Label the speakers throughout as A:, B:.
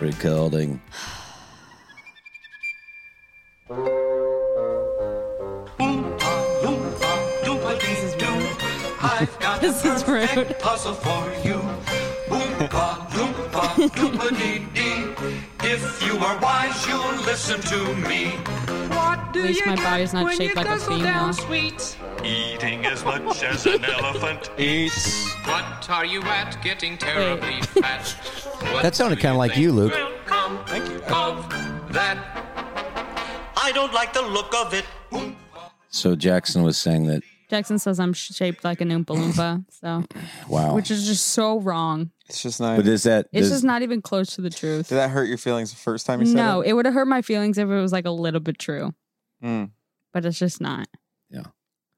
A: recording.
B: This is rude.
C: This is rude.
B: Puzzle for you. Oompa loompa loompa dee dee. If you are wise, you'll listen to me.
D: What do
C: At least
D: you
C: my
D: get
C: body's not
D: when
C: shaped
D: you
C: like a
D: guzzle
C: female.
D: down sweet?
B: Eating as much as an elephant.
A: Eats.
E: What are you at? Getting terribly fat. What
A: That sounded
E: do
A: kind of like you,
E: think
A: Luke.
E: will come of that?
B: I don't like the look of it. Oompa.
A: So Jackson was saying that.
C: Jackson says I'm shaped like an Oompa Loompa, so
A: Wow.
C: which is just so wrong.
F: It's just not.
A: but
F: Did
A: is that?
C: It's
A: does-
C: just not even close to the truth.
F: that hurt your feelings the first time you said
C: No,
F: it?
C: it would have hurt my feelings if it was like a little bit true,
F: Mm,
C: but it's just not.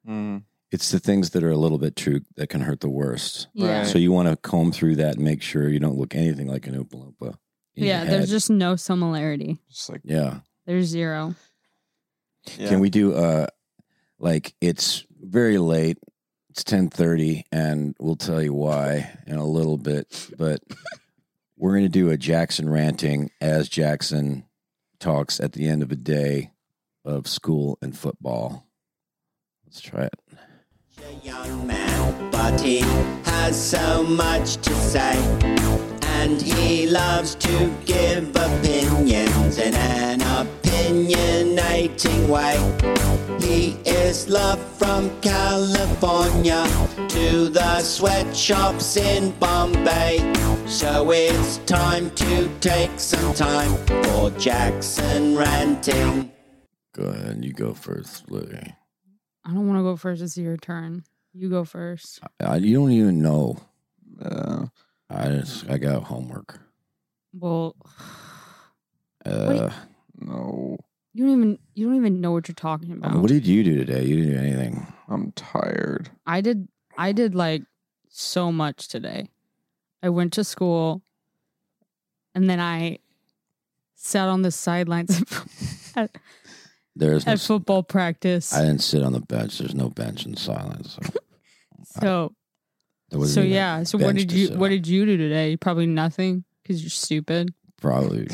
F: mm.
A: it's the things that are a little bit true that can hurt the worst.
C: Yeah,
F: Right.
A: So you want to comb through that and make sure you don't look anything like an Oompa Loompa. in your
C: yeah. There's
A: head.
C: just no similarity.
F: Just like
A: yeah.
C: There's zero.
F: yeah.
A: Can we do uh like it's very late. It's 10:30 and we'll tell you why in a little bit, but we're going to do a Jackson ranting as Jackson talks at the end of a day of school and football. Let's try it.
G: A young man, but he has so much to say, and he loves to give opinions in an opinionating way. He is loved from California to the sweatshops in Bombay. So it's time to take some time for Jackson ranting.
A: Go ahead, you go first, Louie.
C: I don't want to go first. It's your turn. You go first.
A: I, you don't even know.
F: Uh,
A: I just I got homework.
C: Well,
A: Uh,
F: no,
C: you don't even you don't even know what you're talking about.
A: What did you do today? You didn't do anything.
F: I'm tired.
C: I did I did like so much today. I went to school and then I sat on the sidelines at,
A: There's no
C: at football practice.
A: I didn't sit on the bench. There's no bench in silence. So
C: so
A: there wasn't
C: so
A: even a
C: yeah, so what
A: bench
C: did
A: to
C: you
A: sit
C: what
A: on.
C: did you do today? Probably nothing cuz you're stupid.
A: probably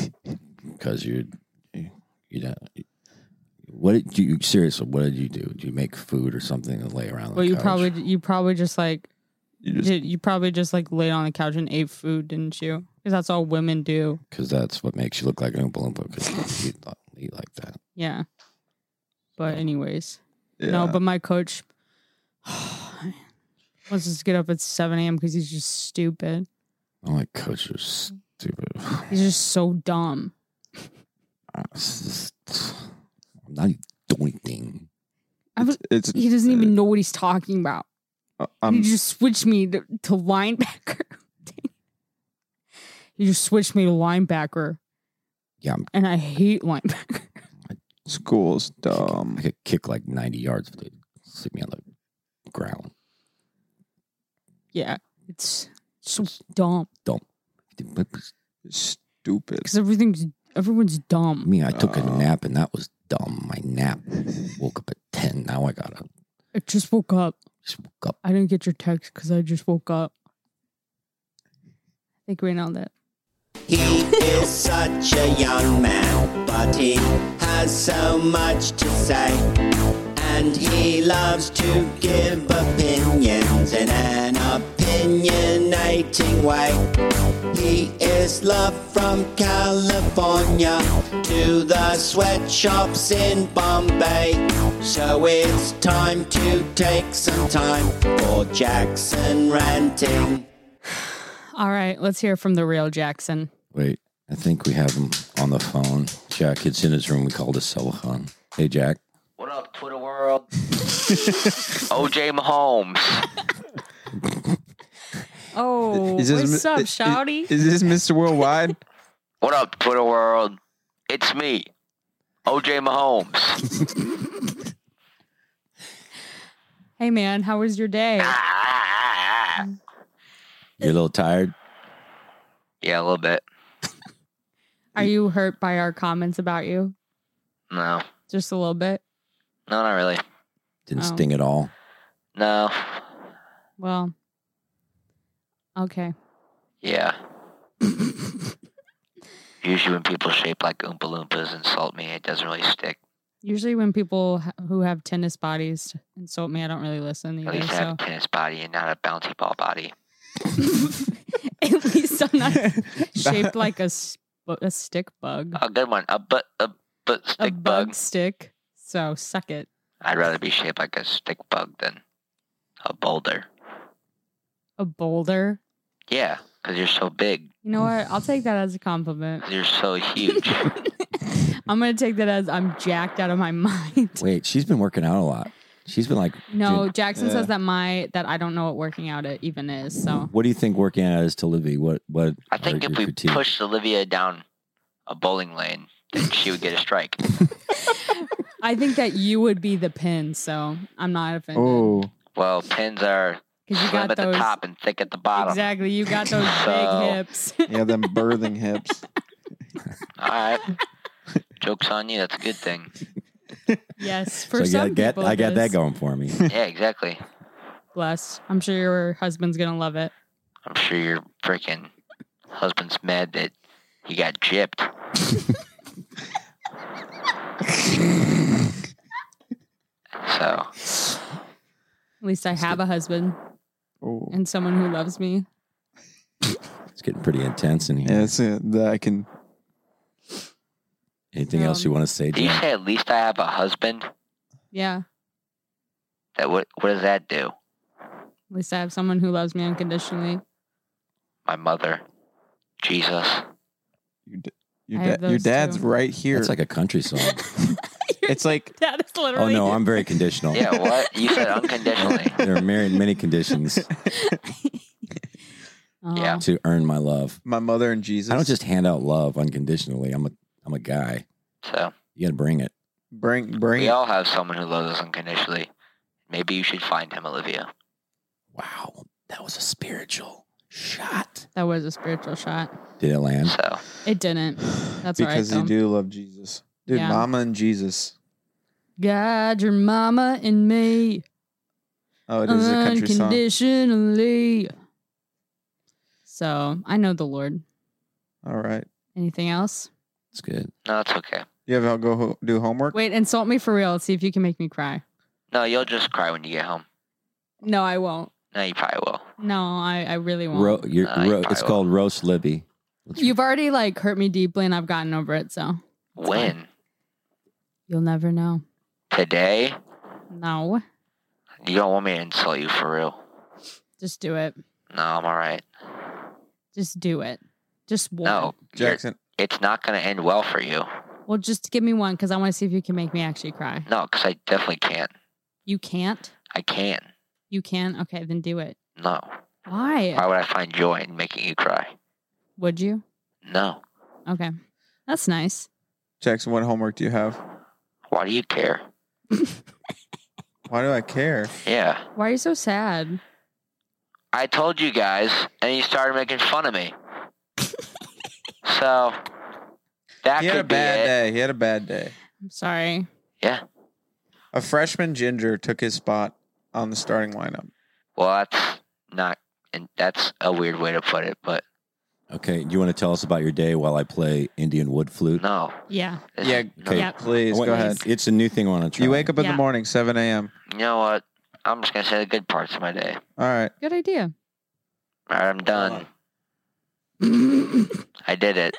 A: because you you you know what did you seriously? What did you do? Did you make food or something to lay around? on the
C: Well, you
A: couch?
C: probably you probably just like
F: You just
C: did, you probably just like laid on the couch and ate food, didn't you? Cuz that's all women do.
A: because that's what makes you look like an Oompa Loompa because you eat, eat like that.
C: Yeah. But anyways,
F: yeah.
C: No, but my coach wants us to get up at 7 a.m. because he's just stupid.
A: I'm like, Oh, coach, you're stupid.
C: He's just so dumb.
A: It's just- I'm not doing anything.
F: it's, it's
C: He doesn't even know what he's talking about.
F: uh, I'm
C: he just switched me to, to linebacker. he just switched me to linebacker,
A: Yeah, I'm,
C: and I hate linebacker.
F: school's dumb.
A: I could kick like 90 yards, but they sit me on the ground.
C: Yeah, it's so dumb
F: Stupid.
C: because everything's everyone's
A: I
C: dumb.
A: mean, I took a
F: Oh.
A: nap and that was dumb. My nap woke up at 10. Now I gotta
C: I just woke up.
A: just woke up.
C: I didn't get your text because I just woke up. I think we know that.
G: He is such a young man, but he has so much to say. And he loves to give opinions in an opinionating way. He is loved from California to the sweatshops in Bombay. So it's time to take some time for Jackson ranting.
C: All right, let's hear from the real Jackson.
A: Wait, I think we have him on the phone. Jack, it's in his room. We called his cell phone. Hey, Jack.
H: What up, Twitter world? OJ Mahomes.
C: Oh,
F: Is this
C: what's
F: mi-
C: up,
F: i- i-
C: Shouty?
F: Is this Mr. Worldwide?
H: What up, Twitter world? It's me, OJ Mahomes.
C: hey, man, how was your day?
H: Ah.
A: You're a little tired?
H: yeah, a little bit.
C: Are you hurt by our comments about you?
H: No,
C: Just a little bit.
H: no, not really.
A: Didn't
C: Oh.
A: sting at all.
H: No,
C: Well, okay.
H: yeah. Usually, when people shaped like Oompa Loompas insult me, it doesn't really stick.
C: Usually, when people ha- who have tennis bodies insult me, I don't really listen
H: At
C: either.
H: least I have
C: So
H: a tennis body and not a bouncy ball body.
C: at least I'm not shaped like a, s- a stick bug,
H: A good one. A butt, a butt
C: a
H: stick
C: bug
H: bug.
C: stick. So suck it.
H: I'd rather be shaped like a stick bug than a boulder.
C: A boulder.
H: Yeah, because you're so big.
C: You know what? I'll take that as a compliment.
H: 'Cause You're so huge.
C: I'm gonna take that as I'm jacked out of my mind.
A: Wait, she's been working out a lot. She's been like,
C: No,
A: Dude,
C: Jackson
F: yeah.
C: says that my that I don't know what working out it even is. So
A: what do you think working out is to Livy? What what?
H: I think if
A: are your
H: we
A: critiques?
H: pushed Olivia down a bowling lane, then she would get a strike.
C: I think that you would be the pin. So I'm not offended
F: Oh,
H: Well, pins are
C: because you
H: slim
C: got
H: at
C: those
H: the top and thick at the bottom.
C: exactly. You got those
H: So-
C: big hips.
F: yeah, them birthing hips.
H: All right. Joke's on you. That's a good thing.
C: yes,
A: So
C: for
A: I
C: some
A: got- get,
C: people,
A: I
C: it
A: got that
C: is.
A: going for me.
H: Yeah, exactly.
C: Bless. I'm sure your husband's gonna love it.
H: I'm sure your freaking husband's mad that he got gypped. so,
C: At least I have a husband
F: Oh,
C: and someone who loves me.
A: It's getting pretty intense in here.
F: yeah, that's it. That I can.
A: Anything else you
C: Um,
A: want to say,
H: do you
A: Jack?
H: say at least I have a husband?
C: Yeah.
H: That what? What does that do?
C: At least I have someone who loves me unconditionally.
H: My mother, Jesus.
F: Your, d- your,
C: I have
F: da- your
C: those
F: dad's
C: too.
F: right here.
A: That's like a country song.
F: it's like
C: That is
A: oh
C: literally.
A: no, I'm very conditional.
H: Yeah, what? You said unconditionally.
A: There are many, many conditions
C: Oh.
H: Yeah.
A: to earn my love.
F: my mother and Jesus.
A: I don't just hand out love unconditionally. I'm a I'm a guy.
H: So
A: You got to bring it.
F: bring bring
H: we
F: it.
H: all have someone who loves us unconditionally. Maybe you should find him, Olivia.
A: Wow, that was a spiritual shot.
C: That was a spiritual shot.
A: Did it land?
H: So
C: It didn't. That's all right,
F: because
C: though.
F: you do love Jesus, dude.
C: Yeah.
F: Mama and Jesus.
C: God, your mama and me
F: Oh, it is a country song.
C: unconditionally. So I know the Lord.
F: All right,
C: Anything else?
A: It's good.
H: no, it's okay.
F: you have to go ho- do homework.
C: Wait, insult me for real. See if you can make me cry.
H: No, you'll just cry when you get home.
C: No, I won't.
H: No, you probably will.
C: No, I, I really won't.
A: Ro- your,
H: Uh, you
A: ro-
H: probably
A: it's
H: will.
A: called roast Libby. Let's-
C: You've already like hurt me deeply, and I've gotten over it. So
H: When
C: you'll never know.
H: today?
C: No,
H: You don't want me to insult you for real.
C: just do it.
H: No, I'm all right.
C: Just do it. Just one.
H: No, you're-
F: Jackson,
H: it's not going to end well for you.
C: Well, just give me one because I want to see if you can make me actually cry.
H: No, because I definitely can't.
C: You can't.
H: I can't.
C: You can. Okay, then do it.
H: No.
C: Why
H: Why would I find joy in making you cry?
C: would you?
H: No.
C: Okay. That's nice.
F: Jackson, what homework do you have?
H: Why do you care?
F: Why do I care?
H: Yeah.
C: Why are you so sad?
H: I told you guys, and you started making fun of me. so that
F: He
H: could
F: had a
H: be
F: bad
H: it.
F: day. He had a bad day.
C: I'm sorry.
H: Yeah.
F: A freshman ginger took his spot on the starting lineup.
H: Well, that's not, and that's a weird way to put it, but
A: Okay, you want to tell us about your day while I play Indian wood flute?
H: no.
C: Yeah.
H: This-
F: Yeah,
H: no.
A: okay.
C: Yeah.
A: I
F: Please
A: want-
F: go ahead.
A: It's a new thing I want to try.
F: You wake up in
C: Yeah.
F: the morning, 7 a.m.
H: You know what? I'm just gonna say the good parts of my day.
F: All right.
C: Good idea.
H: All right, I'm done. I did it.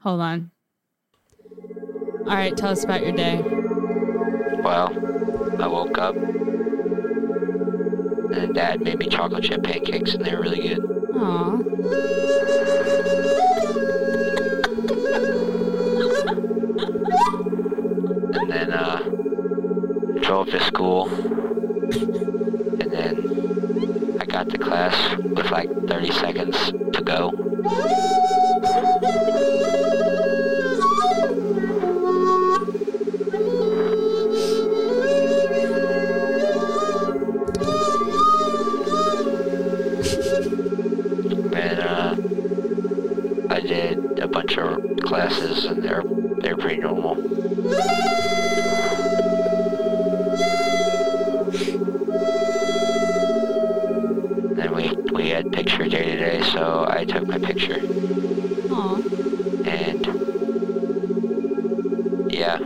C: Hold on. All right, tell us about your day.
H: Well, I woke up, and Dad made me chocolate chip pancakes, and they were really good.
C: Aw.
H: And then uh, drove to school, and then I got to class with like 30 seconds to go. and uh, I did a bunch of classes, and they're they're pretty normal. Then we we had picture day today, so I somebody took my picture.
I: Aw.
H: And yeah,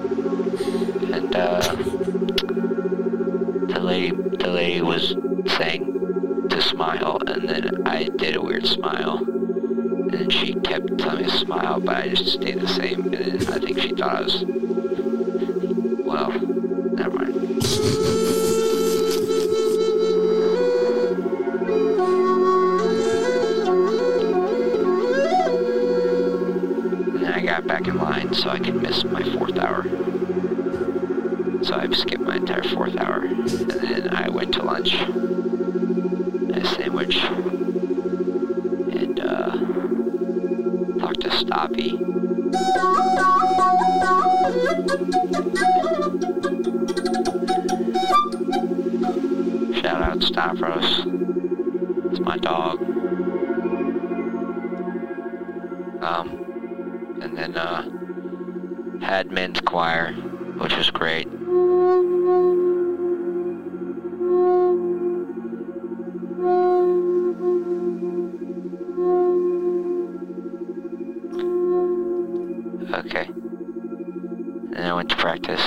H: and uh, the lady, the lady was saying to smile, and then I did a weird smile, and then she kept telling me to smile, but I just stayed the same, and then I think she thought I was. Well, never mind. And then I got back in line so I could miss my fourth hour. So I skipped my entire fourth hour, and then I went to lunch. I had a sandwich, and uh, talked to Stoppy. Shout out Stavros. It's my dog. Um, and then uh, had men's choir, which was great. Okay. And then I went to practice.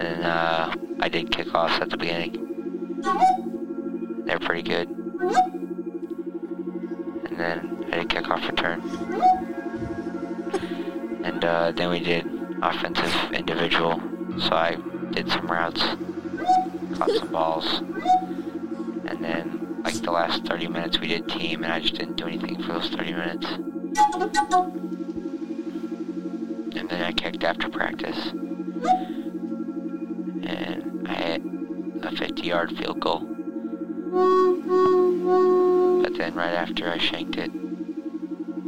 H: And uh, I did kickoffs at the beginning. They're pretty good. And then I did kickoff return. And uh, then we did offensive individual. So I did some routes, caught some balls. And then, like the last 30 minutes, we did team, and I just didn't do anything for those 30 minutes. And then I kicked after practice. And I hit a 50 yard field goal. But then right after I shanked it.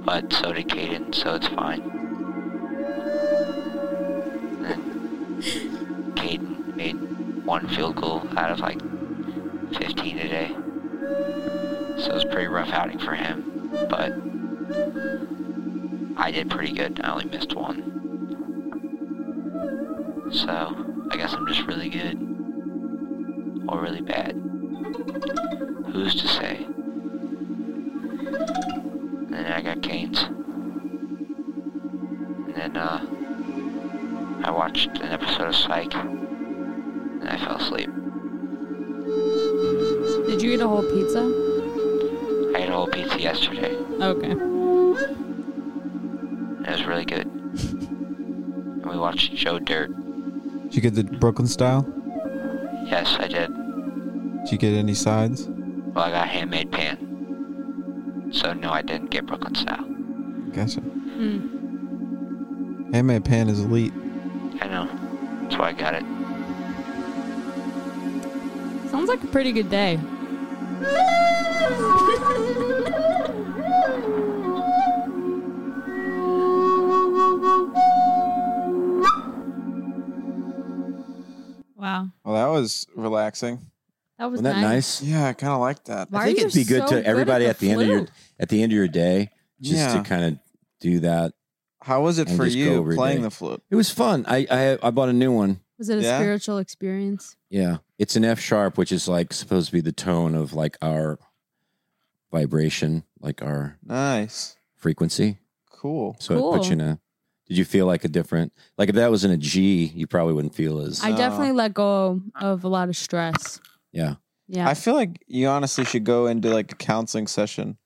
H: But so did Caden, so it's fine. And Caden made one field goal out of like 15 today. So it was a pretty rough outing for him. But I did pretty good. I only missed one. So, I guess I'm just really good. Or really bad. Who's to say? And then I got canes. And then, uh, I watched an episode of Psych. And I fell asleep.
I: Did you eat a whole pizza?
H: I ate a whole pizza yesterday.
I: Okay.
H: And it was really good. and we watched Joe Dirt.
J: Did you get the Brooklyn style?
H: Yes, I did.
J: Did you get any sides?
H: Well, I got handmade pan. So no, I didn't get Brooklyn style.
J: Gotcha.
H: Hmm.
J: Handmade pan is elite.
H: I know. That's why I got it.
I: Sounds like a pretty good day. wow.
F: Well, that was relaxing.
I: That was
A: Wasn't that
I: nice.
A: nice?
F: Yeah, I kind of like that.
I: Why
A: I think
I: are
A: it'd
I: you
A: be good
I: so
A: to everybody
I: at
A: at the end of your
I: flu?
A: at the end of your day just
F: Yeah.
A: to kind of do that.
F: How was it
A: And
F: for
A: just go
F: you
A: over
F: playing
A: day.
F: the flute?
A: It was fun. I I, I bought a new one.
I: Was it a
F: Yeah.
I: spiritual experience?
A: Yeah, it's an F sharp, which is like supposed to be the tone of like our vibration, like our
F: Nice.
A: frequency.
F: Cool.
A: So it
I: Cool.
A: puts you in a. Did you feel like a different? Like if that was in a G, you probably wouldn't feel as.
I: I
F: No.
I: definitely let go of a lot of stress.
A: yeah,
I: Yeah.
F: I feel like you honestly should go into like a counseling session.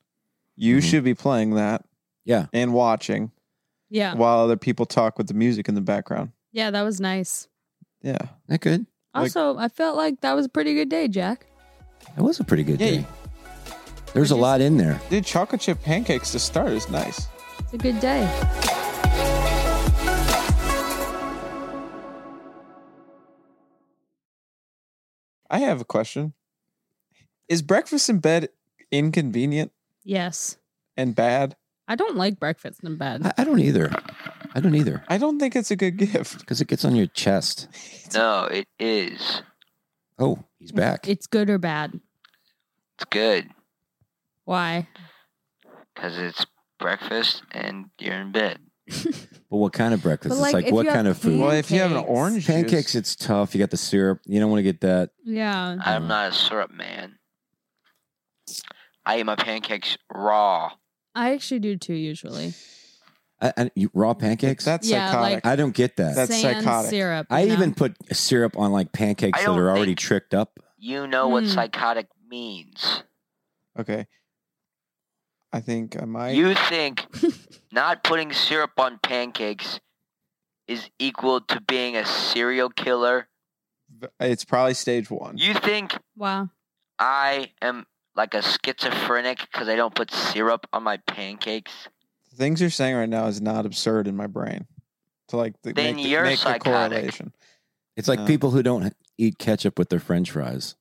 F: You
A: Mhm.
F: should be playing that
A: yeah.
F: and watching
I: yeah.
F: while other people talk with the music in the background.
I: Yeah, that was nice.
F: Yeah.
A: That good.
F: Like-
I: Also, I felt like that was a pretty good day, Jack.
A: That was a pretty good
F: Yeah,
A: day. There's a lot in there.
F: Dude, chocolate chip pancakes to start is nice.
I: It's a good day.
F: I have a question. Is breakfast in bed inconvenient
I: Yes.
F: and bad?
I: I don't like breakfast in bed.
A: I, I don't either. I don't either
F: I don't think it's a good gift.
A: because it gets on your chest.
H: No, it is.
A: Oh, he's back.
I: It's good or bad.
H: It's good
I: Why?
H: because it's breakfast and you're in bed.
A: But what kind of breakfast?
K: But,
A: it's
K: like,
A: like
K: if
A: what
K: you have
A: kind of food?
F: Well, if you have an
K: Pancakes.
F: orange juice-
A: Pancakes, it's tough. You got the syrup. You don't want to get that.
I: Yeah.
H: I'm not a syrup man. I eat my pancakes raw.
I: I actually do too usually.
A: I, I, you, raw pancakes.
F: that's
I: Yeah,
F: psychotic.
A: I don't get that.
F: That's
I: Sans
F: psychotic.
I: syrup.
A: I
I: you know?
A: even put syrup on like pancakes
H: I
A: that
H: don't
A: are already
H: think-
A: tricked up.
H: You know what
I: Hmm.
H: psychotic means.
F: okay. I think I might.
H: You think not putting syrup on pancakes is equal to being a serial killer?
F: it's probably stage one.
H: You think
I: wow.
H: I am like a schizophrenic because I don't put syrup on my pancakes?
F: the things you're saying right now is not absurd in my brain. To like the,
H: Then
F: make, the,
H: you're
F: make the
H: psychotic.
F: correlation.
A: It's like
F: No.
A: people who don't eat ketchup with their French fries.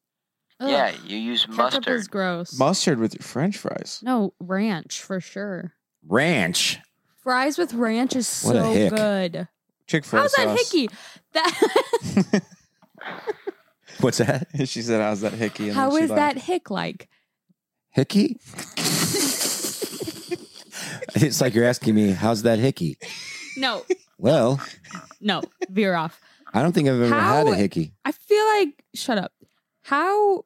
H: Yeah,
I: Ugh.
H: you use
I: Ketchup
H: mustard.
I: is gross.
F: Mustard with your French fries.
I: no ranch for sure.
A: Ranch.
K: Fries with ranch is
A: What a
K: so
A: hick.
K: good.
F: Chick Fil A
K: How's that
F: sauce.
K: hickey? That
A: What's that?
F: she said, "How's that hickey?" And then
K: how
F: she
K: is
F: laughed.
K: that hick like?
A: Hickey. it's like you're asking me, how's that hickey?
I: No,
A: Well,
I: no, veer off.
A: I don't think I've ever had
K: How-
A: a hickey.
K: I feel like
I: Shut up. How?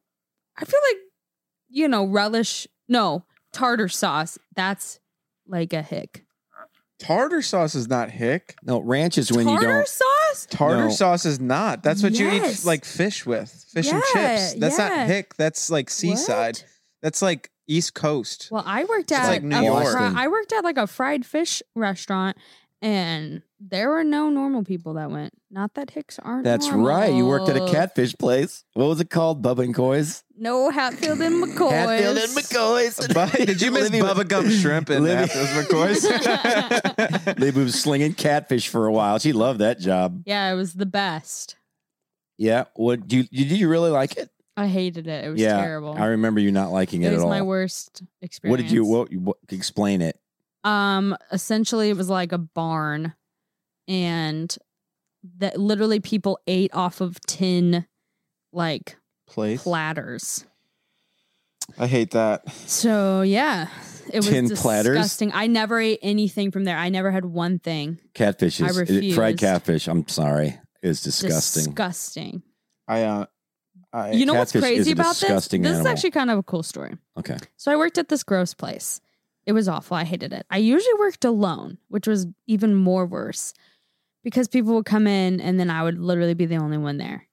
I: I feel like you know relish. No tartar sauce. That's like a hick.
F: Tartar sauce is not hick.
A: No, ranch is when you
K: tartar
A: don't.
K: sauce.
F: Tartar
A: No.
F: sauce is not. That's what you eat
K: Yes.
F: like fish with, fish and
K: Yeah,
F: chips. That's
K: yeah.
F: not hick. That's like seaside.
K: What?
F: That's like East Coast.
I: Well, I worked
F: It's
I: at
F: like New
I: a
F: York.
I: fri-
A: Boston.
I: I worked at like a fried fish restaurant, and there were no normal people that went. Not that hicks aren't.
A: That's right. You worked at a
I: normal.
A: catfish place. What was it called? Bubba and Coy's.
K: No Hatfield and McCoy.
A: Hatfield and McCoy's.
F: Bu- Did you miss
A: Living with-
F: Bubba Gum Shrimp and
A: Living-
F: those McCoys?
A: they were slinging catfish for a while. She loved that job.
I: Yeah, it was the best.
A: Yeah. What do you did you really like it?
I: I hated it. It was
A: yeah.
I: terrible.
A: I remember you not liking it,
I: it
A: at
I: was
A: all.
I: my worst experience.
A: What did you what, what explain it?
I: Um, essentially, it was like a barn, and that literally people ate off of tin, like
F: Place.
I: platters.
F: I hate that.
I: So yeah, it was
A: Tin platters?
I: disgusting. I never ate anything from there. I never had one thing.
A: Catfish
I: I
A: is it- fried
I: refused.
A: catfish. I'm sorry. Is disgusting.
I: Disgusting.
F: I uh, I
I: You know what's
A: Catfish is
I: crazy
A: a
I: about this? This
A: disgusting
I: is
A: animal.
I: actually kind of a cool story.
A: okay.
I: So I worked at this gross place. It was awful. I hated it. I usually worked alone, which was even more worse because people would come in and then I would literally be the only one there.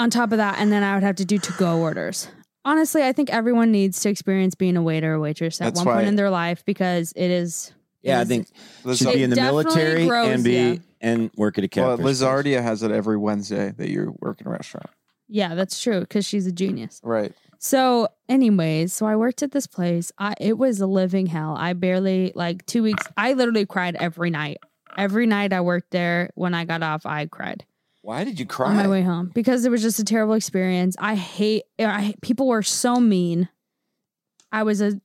I: On top of that, and then I would have to do to go orders. Honestly, I think everyone needs to experience being a waiter or waitress at
F: That's
I: one point
F: why-
I: in their life because it is. it
A: Yeah, I
I: is-
A: think
F: Liz-
A: should be in the
I: It definitely
A: military
I: grows,
A: and be
I: yeah.
A: and work at a
F: well,
A: catfish. place.
F: Lizardia has it every Wednesday that you work in a restaurant.
I: Yeah, that's true because she's a genius.
F: Right.
I: So, anyways, so I worked at this place. I it was a living hell. I barely like two weeks. I literally cried every night. Every night I worked there. When I got off, I cried
A: Why did you
I: on my
A: cry?
I: way home because it was just a terrible experience. I hate. I people were so mean. I was a,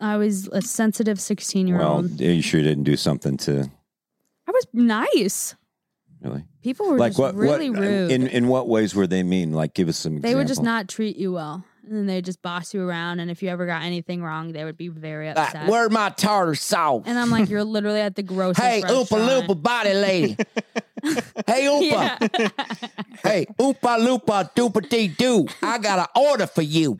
I: I was a sensitive sixteen year
A: Well,
I: old.
A: you sure didn't do something to
I: I was nice.
A: really
I: People were
A: like
I: just
A: what
I: really
A: what
I: rude.
A: in in what ways were they mean? Like give us some
I: they would just
A: example.
I: not treat you well, and then they would just boss you around. And if you ever got anything wrong, they would be very upset.
A: Like, where my tartar sauce?
I: And I'm like, you're literally at the grocery
A: Hey,
I: restaurant.
A: Oompa Loompa Body Lady. hey, Oompa.
I: Yeah.
A: Hey, Oompa Loompa Doopa Dee Doo. I got an order for you.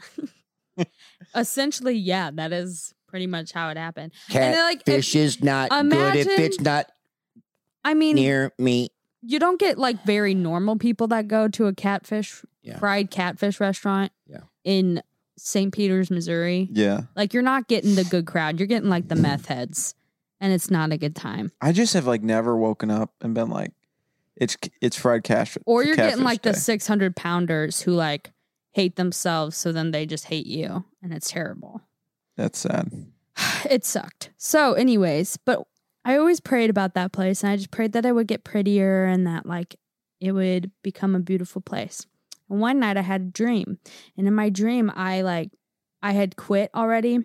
I: Essentially, yeah, that is pretty much how it happened. And then, like,
A: Catfish is not good if
I: imagine-
A: it's not
I: I mean,
A: near me.
I: you don't get like very normal people that go to a catfish,
A: Yeah.
I: fried catfish restaurant
A: Yeah.
I: in St. Peter's, Missouri.
F: Yeah.
I: Like, you're not getting the good crowd. You're getting like the meth heads, and it's not a good time.
F: I just have like never woken up and been like, it's it's fried cash.
I: Or you're
F: catfish
I: getting like the
F: day.
I: 600 pounders who like hate themselves, so then they just hate you, and it's terrible.
F: That's sad.
I: it sucked. So, anyways, but I always prayed about that place and I just prayed that I would get prettier and that like it would become a beautiful place. And one night I had a dream. And in my dream, I like I had quit already,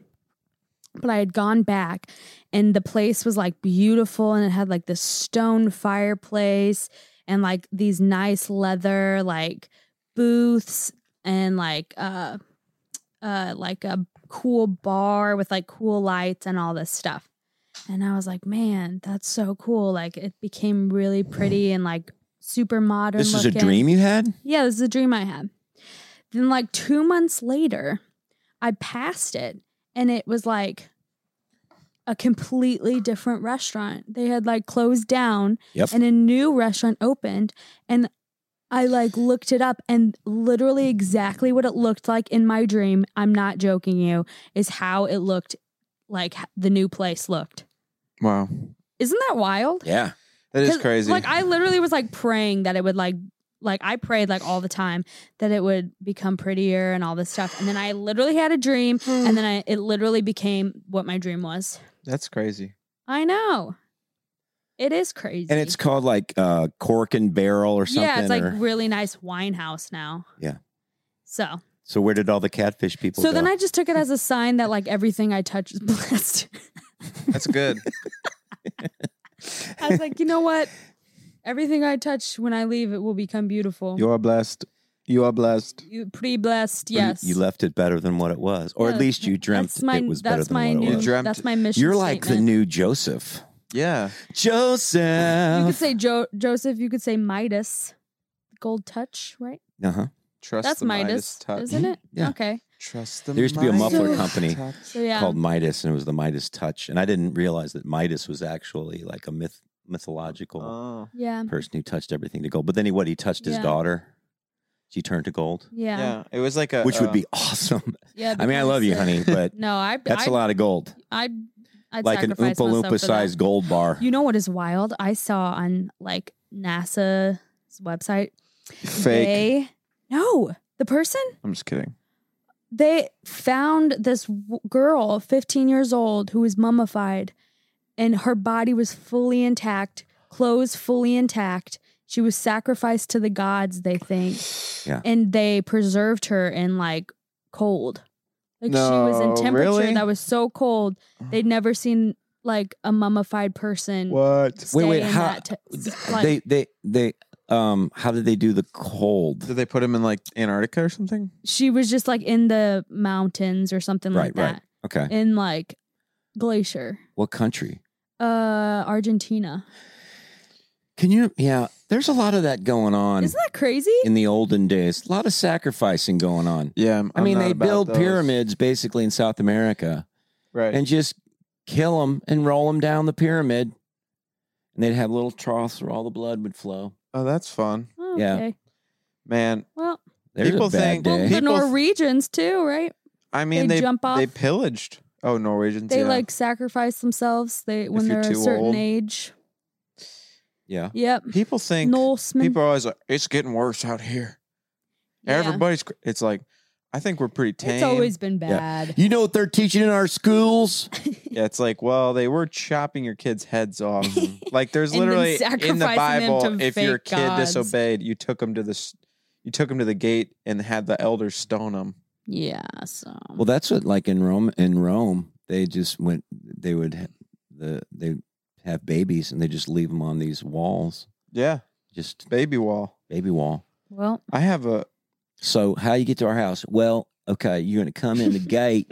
I: but I had gone back and the place was like beautiful and it had like this stone fireplace and like these nice leather like booths and like uh uh like a cool bar with like cool lights and all this stuff. And I was like, man, that's so cool. Like it became really pretty and like super modern.
A: This is a
I: looking.
A: dream you had?
I: Yeah, this is a dream I had. Then, like two months later, I passed it and it was like a completely different restaurant. They had like closed down
A: Yep.
I: and a new restaurant opened. And I like looked it up and literally exactly what it looked like in my dream. I'm not joking you, is how it looked like h- the new place looked.
F: Wow.
I: Isn't that wild?
A: Yeah.
F: That is
I: 'Cause,
F: crazy.
I: Like I literally was like praying that it would like like I prayed like all the time that it would become prettier and all this stuff. And then I literally had a dream
A: Hmm.
I: and then I it literally became what my dream was.
F: That's crazy.
I: I know. It is crazy.
A: And it's called like uh, Cork and Barrel or something.
I: Yeah, it's like
A: or-
I: really nice wine house now.
A: Yeah.
I: So
A: so where did all the catfish people
I: so
A: go?
I: then I just took it as a sign that like everything I touch is blessed.
F: That's good.
I: I was like, you know what? Everything I touch when I leave it will become beautiful.
J: You are blessed. You are blessed.
I: You pretty blessed,
A: Or you-
I: yes.
A: You, left it better than what it was, or
I: Yeah,
A: at least you dreamt
I: That's my,
A: it was better
I: that's
A: than
I: my
A: what
I: new,
A: it was.
F: You dreamt
I: That's
F: it.
I: my mission.
A: You're like the
I: statement.
A: new Joseph.
F: yeah.
I: You could
A: Joseph.
I: say jo- Joseph. You could say Midas, gold touch, right?
A: Uh huh.
F: Trust
I: That's
F: the
I: Midas,
F: touch.
I: isn't it?
A: Yeah.
I: Okay.
F: Trust the
A: There used to be a
F: Midas
I: muffler
A: company.
F: touch.
I: So yeah.
A: Called Midas, and it was the Midas touch. And I didn't realize that Midas was actually like a myth mythological
J: Uh.
F: Oh.
I: yeah.
A: person who touched everything to gold. But then he what? He touched his
I: Yeah.
A: daughter. She turned to gold,
F: Yeah.
I: Yeah. Yeah.
F: It was like a
A: which would
F: uh,
A: be awesome. I mean, I
I: because
A: love you,
I: it-
A: honey, but
I: No, I.
A: that's
I: I,
A: a lot of gold.
I: I. I'd
A: like an Oompa
I: sacrifice myself
A: Loompa
I: for that.
A: sized gold bar.
I: You know what is wild? I saw on like NASA's website.
F: fake.
I: They, no, the person
F: I'm just kidding.
I: they found this w- girl, 15 years old, who was mummified, and her body was fully intact, clothes fully intact. She was sacrificed to the gods, they think.
A: Yeah.
I: And they preserved her in like cold. Like she was in
F: No,
I: temperature
F: really?
I: that was so cold, they'd never seen like a mummified person.
J: What?
I: Stay
A: Wait, wait,
I: in
A: how-
I: that t- like,
A: they they they um how did they do the cold?
F: Did they put him in like Antarctica or something?
I: she was just like in the mountains or something like
A: Right, right.
I: that,
A: Okay.
I: in like glacier.
A: What country?
I: Uh, Argentina.
A: Can you yeah, there's a lot of that going on
I: Isn't that crazy?
A: in the olden days. A lot of sacrificing going on.
F: Yeah.
A: I mean, they build pyramids basically in South America
F: Right.
A: and just kill them and roll them down the pyramid. And they'd have little troughs where all the blood would flow.
F: oh, that's fun,
I: Oh,
A: Yeah.
I: Okay.
F: man.
I: Well,
A: There's
F: People
A: a bad
F: think-
A: day.
I: well, the
F: People-
I: Norwegians too, right?
F: I mean,
I: They
F: they
I: jump off.
F: They pillaged. Oh, Norwegians.
I: They
F: yeah.
I: like sacrifice themselves. They when
F: you're
I: they're a
F: too
I: certain
F: old.
I: age.
A: yeah.
I: Yep.
F: people think
I: Norseman.
F: people are always like it's getting worse out here.
I: Yeah.
F: Everybody's. cr- It's like I think we're pretty tame.
I: It's always been
A: Yeah.
I: bad.
A: You know what they're teaching in our schools?
F: Yeah, it's like, well, they were chopping your kids' heads off. like, there's
I: And then
F: literally in
I: sacrificing
F: the
I: them
F: Bible,
I: to
F: if your
I: fake
F: kid
I: gods.
F: disobeyed, you took him to the, s- you took him to the gate and had the elders stone him.
I: Yeah. So.
A: Well, that's what like in Rome. In Rome, they just went. They would ha- the they have babies and they just leave them on these walls,
F: Yeah,
A: just
F: baby wall.
A: baby wall.
I: Well,
F: I have a.
A: So how you get to our house? Well, okay, you're gonna come in the gate.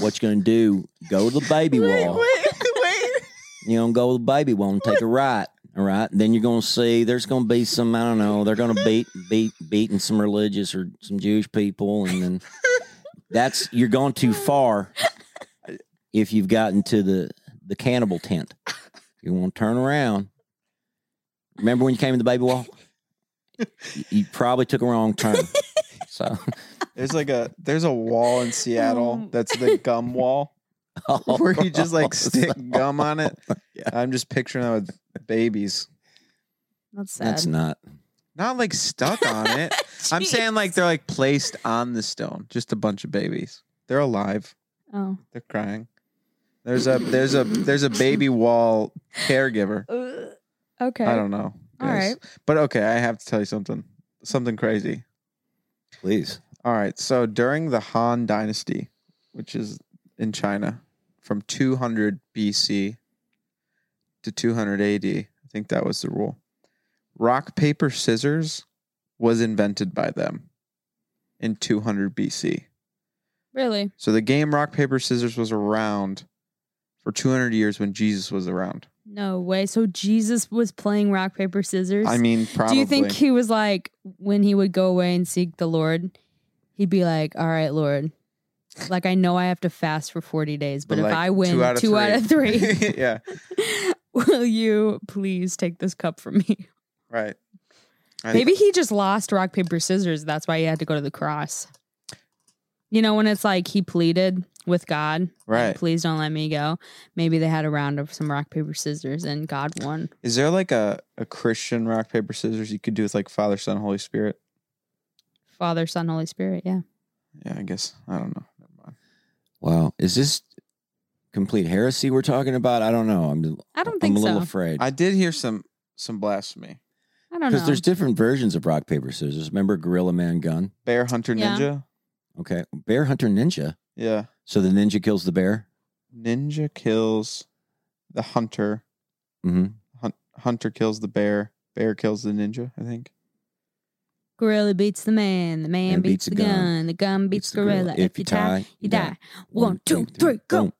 A: What you gonna do? Go to the baby wall. You're gonna go to the baby wall and take a right. All right. Then you're gonna see there's gonna be some I don't know, they're gonna beat beat beating some religious or some Jewish people and then that's you're going too far if you've gotten to the the cannibal tent. You wanna turn around. Remember when you came to the baby wall? You- You probably took a wrong turn. So
F: There's like a. There's a wall in Seattle
I: Um.
F: that's the gum wall where you just like stick gum on it.
A: Yeah.
F: I'm just picturing that with babies,
I: that's sad.
A: That's not
F: not like stuck on it. I'm saying like they're like placed on the stone, just a bunch of babies. They're alive.
I: oh.
F: They're crying. There's a there's a there's a baby wall caregiver.
I: Okay.
F: I don't know.
I: All
F: guys. But okay, I have to tell you something. Something crazy.
A: please.
F: All right. So during the Han Dynasty, which is in China, from 200 BC to 200 AD, I think that was the rule. Rock paper scissors was invented by them in 200 BC.
I: Really?
F: So the game rock paper scissors was around for 200 years when Jesus was around.
I: No way. So Jesus was playing rock, paper, scissors.
F: I mean, probably.
I: Do you think he was like when he would go away and seek the Lord, he'd be like, "All right, Lord, like I know I have to fast for forty days, but, if
F: like,
I: I win two out of three,
F: yeah,
I: will you please take this cup from me?"
F: right. I-
I: Maybe he just lost rock paper scissors. That's why he had to go to the cross. You know, when it's like he pleaded with God, like,
F: Right.
I: please don't let me go. Maybe they had a round of some rock paper scissors and God won.
F: Is there like a, a Christian rock, paper, scissors you could do with like Father, Son, Holy Spirit?
I: Father, Son, Holy Spirit. Yeah.
F: Yeah, I guess. I don't know. Never mind.
A: Wow. Is this complete heresy we're talking about? I don't know. I'm
I: I don't
A: I'm
I: think
A: a little
I: so.
A: afraid.
F: I did hear some some blasphemy.
I: I don't know.
A: Because there's different versions of rock, paper, scissors. Remember Gorilla Man Gun?
F: Bear Hunter
I: Yeah.
F: Ninja?
A: Okay. Bear Hunter Ninja.
F: Yeah.
A: So the ninja kills the bear.
F: Ninja kills the hunter.
A: hmm
F: Hunt, hunter kills the bear. Bear kills the ninja, I think.
I: Gorilla beats the man. The man beats, the gun. The gun beats, gorilla. If, you tie, you die. One, two, three, go.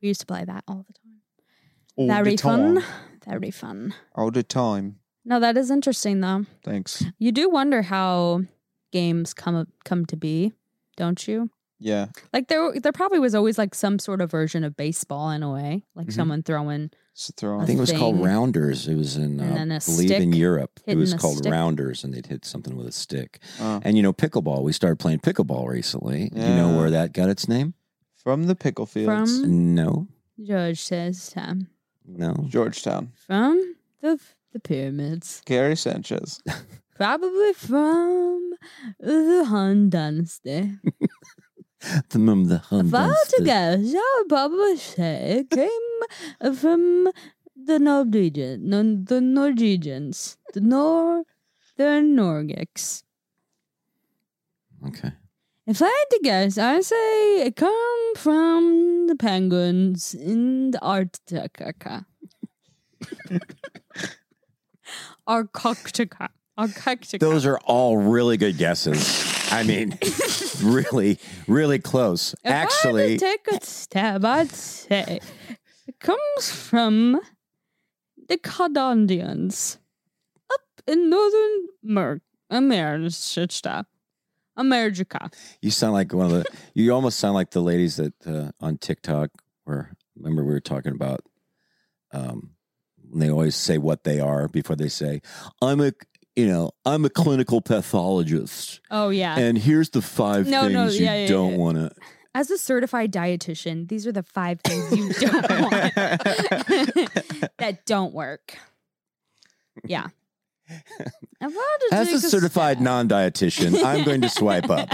I: We used to play that all the time.
F: All
I: Very
F: the time.
I: fun. Very fun.
F: All the time.
I: No, that is interesting though.
F: Thanks.
I: You do wonder how games come come to be, don't you?
F: Yeah.
I: Like there there probably was always like some sort of version of baseball in a way, like
A: Mhm.
I: someone throwing
F: So throw
A: I
F: on.
A: think it was called
I: thing.
A: Rounders. It was in,
I: And then
A: uh,
I: a
A: I believe, in
I: stick,
A: Europe. It
I: hitting
A: was
I: a
A: called
I: stick.
A: Rounders, and they'd hit something with a stick.
F: Uh,
A: And you know, pickleball. We started playing pickleball recently. You know
F: Yeah.
A: where that got its name?
F: from the pickle fields.
I: From-
A: No,
I: George says time
A: no.
F: Georgetown.
I: from the the pyramids,
F: Gary Sanchez.
I: probably from the Han Dynasty.
A: The mum the hum. dance the-
I: Vartigas, our Baba say, came from the Norwegian, no, the Norwegians, the Nor, the Norgics.
A: Okay.
I: If I had to guess, I say it come from the penguins in the Arctica. Arctica. Arctica.
A: Those are all really good guesses. I mean, really, really close.
I: If I
A: Actually,
I: had to take a stab, I'd say it comes from the Cardandians up in northern Mer- America. America.
A: you sound like one of the. You almost sound like the ladies that uh, on TikTok were. Remember, we were talking about. Um, when they always say what they are before they say, "I'm a," you know, "I'm a clinical pathologist,"
I: Oh, yeah.
A: and here's the five
I: No,
A: things
I: no,
A: you
I: yeah, yeah,
A: don't
I: yeah.
A: want to.
I: As a certified dietitian, these are the five things you don't want that don't work. Yeah. If I had to
A: As
I: take
A: a certified
I: stab-
A: non-dietitian, I'm going to swipe up.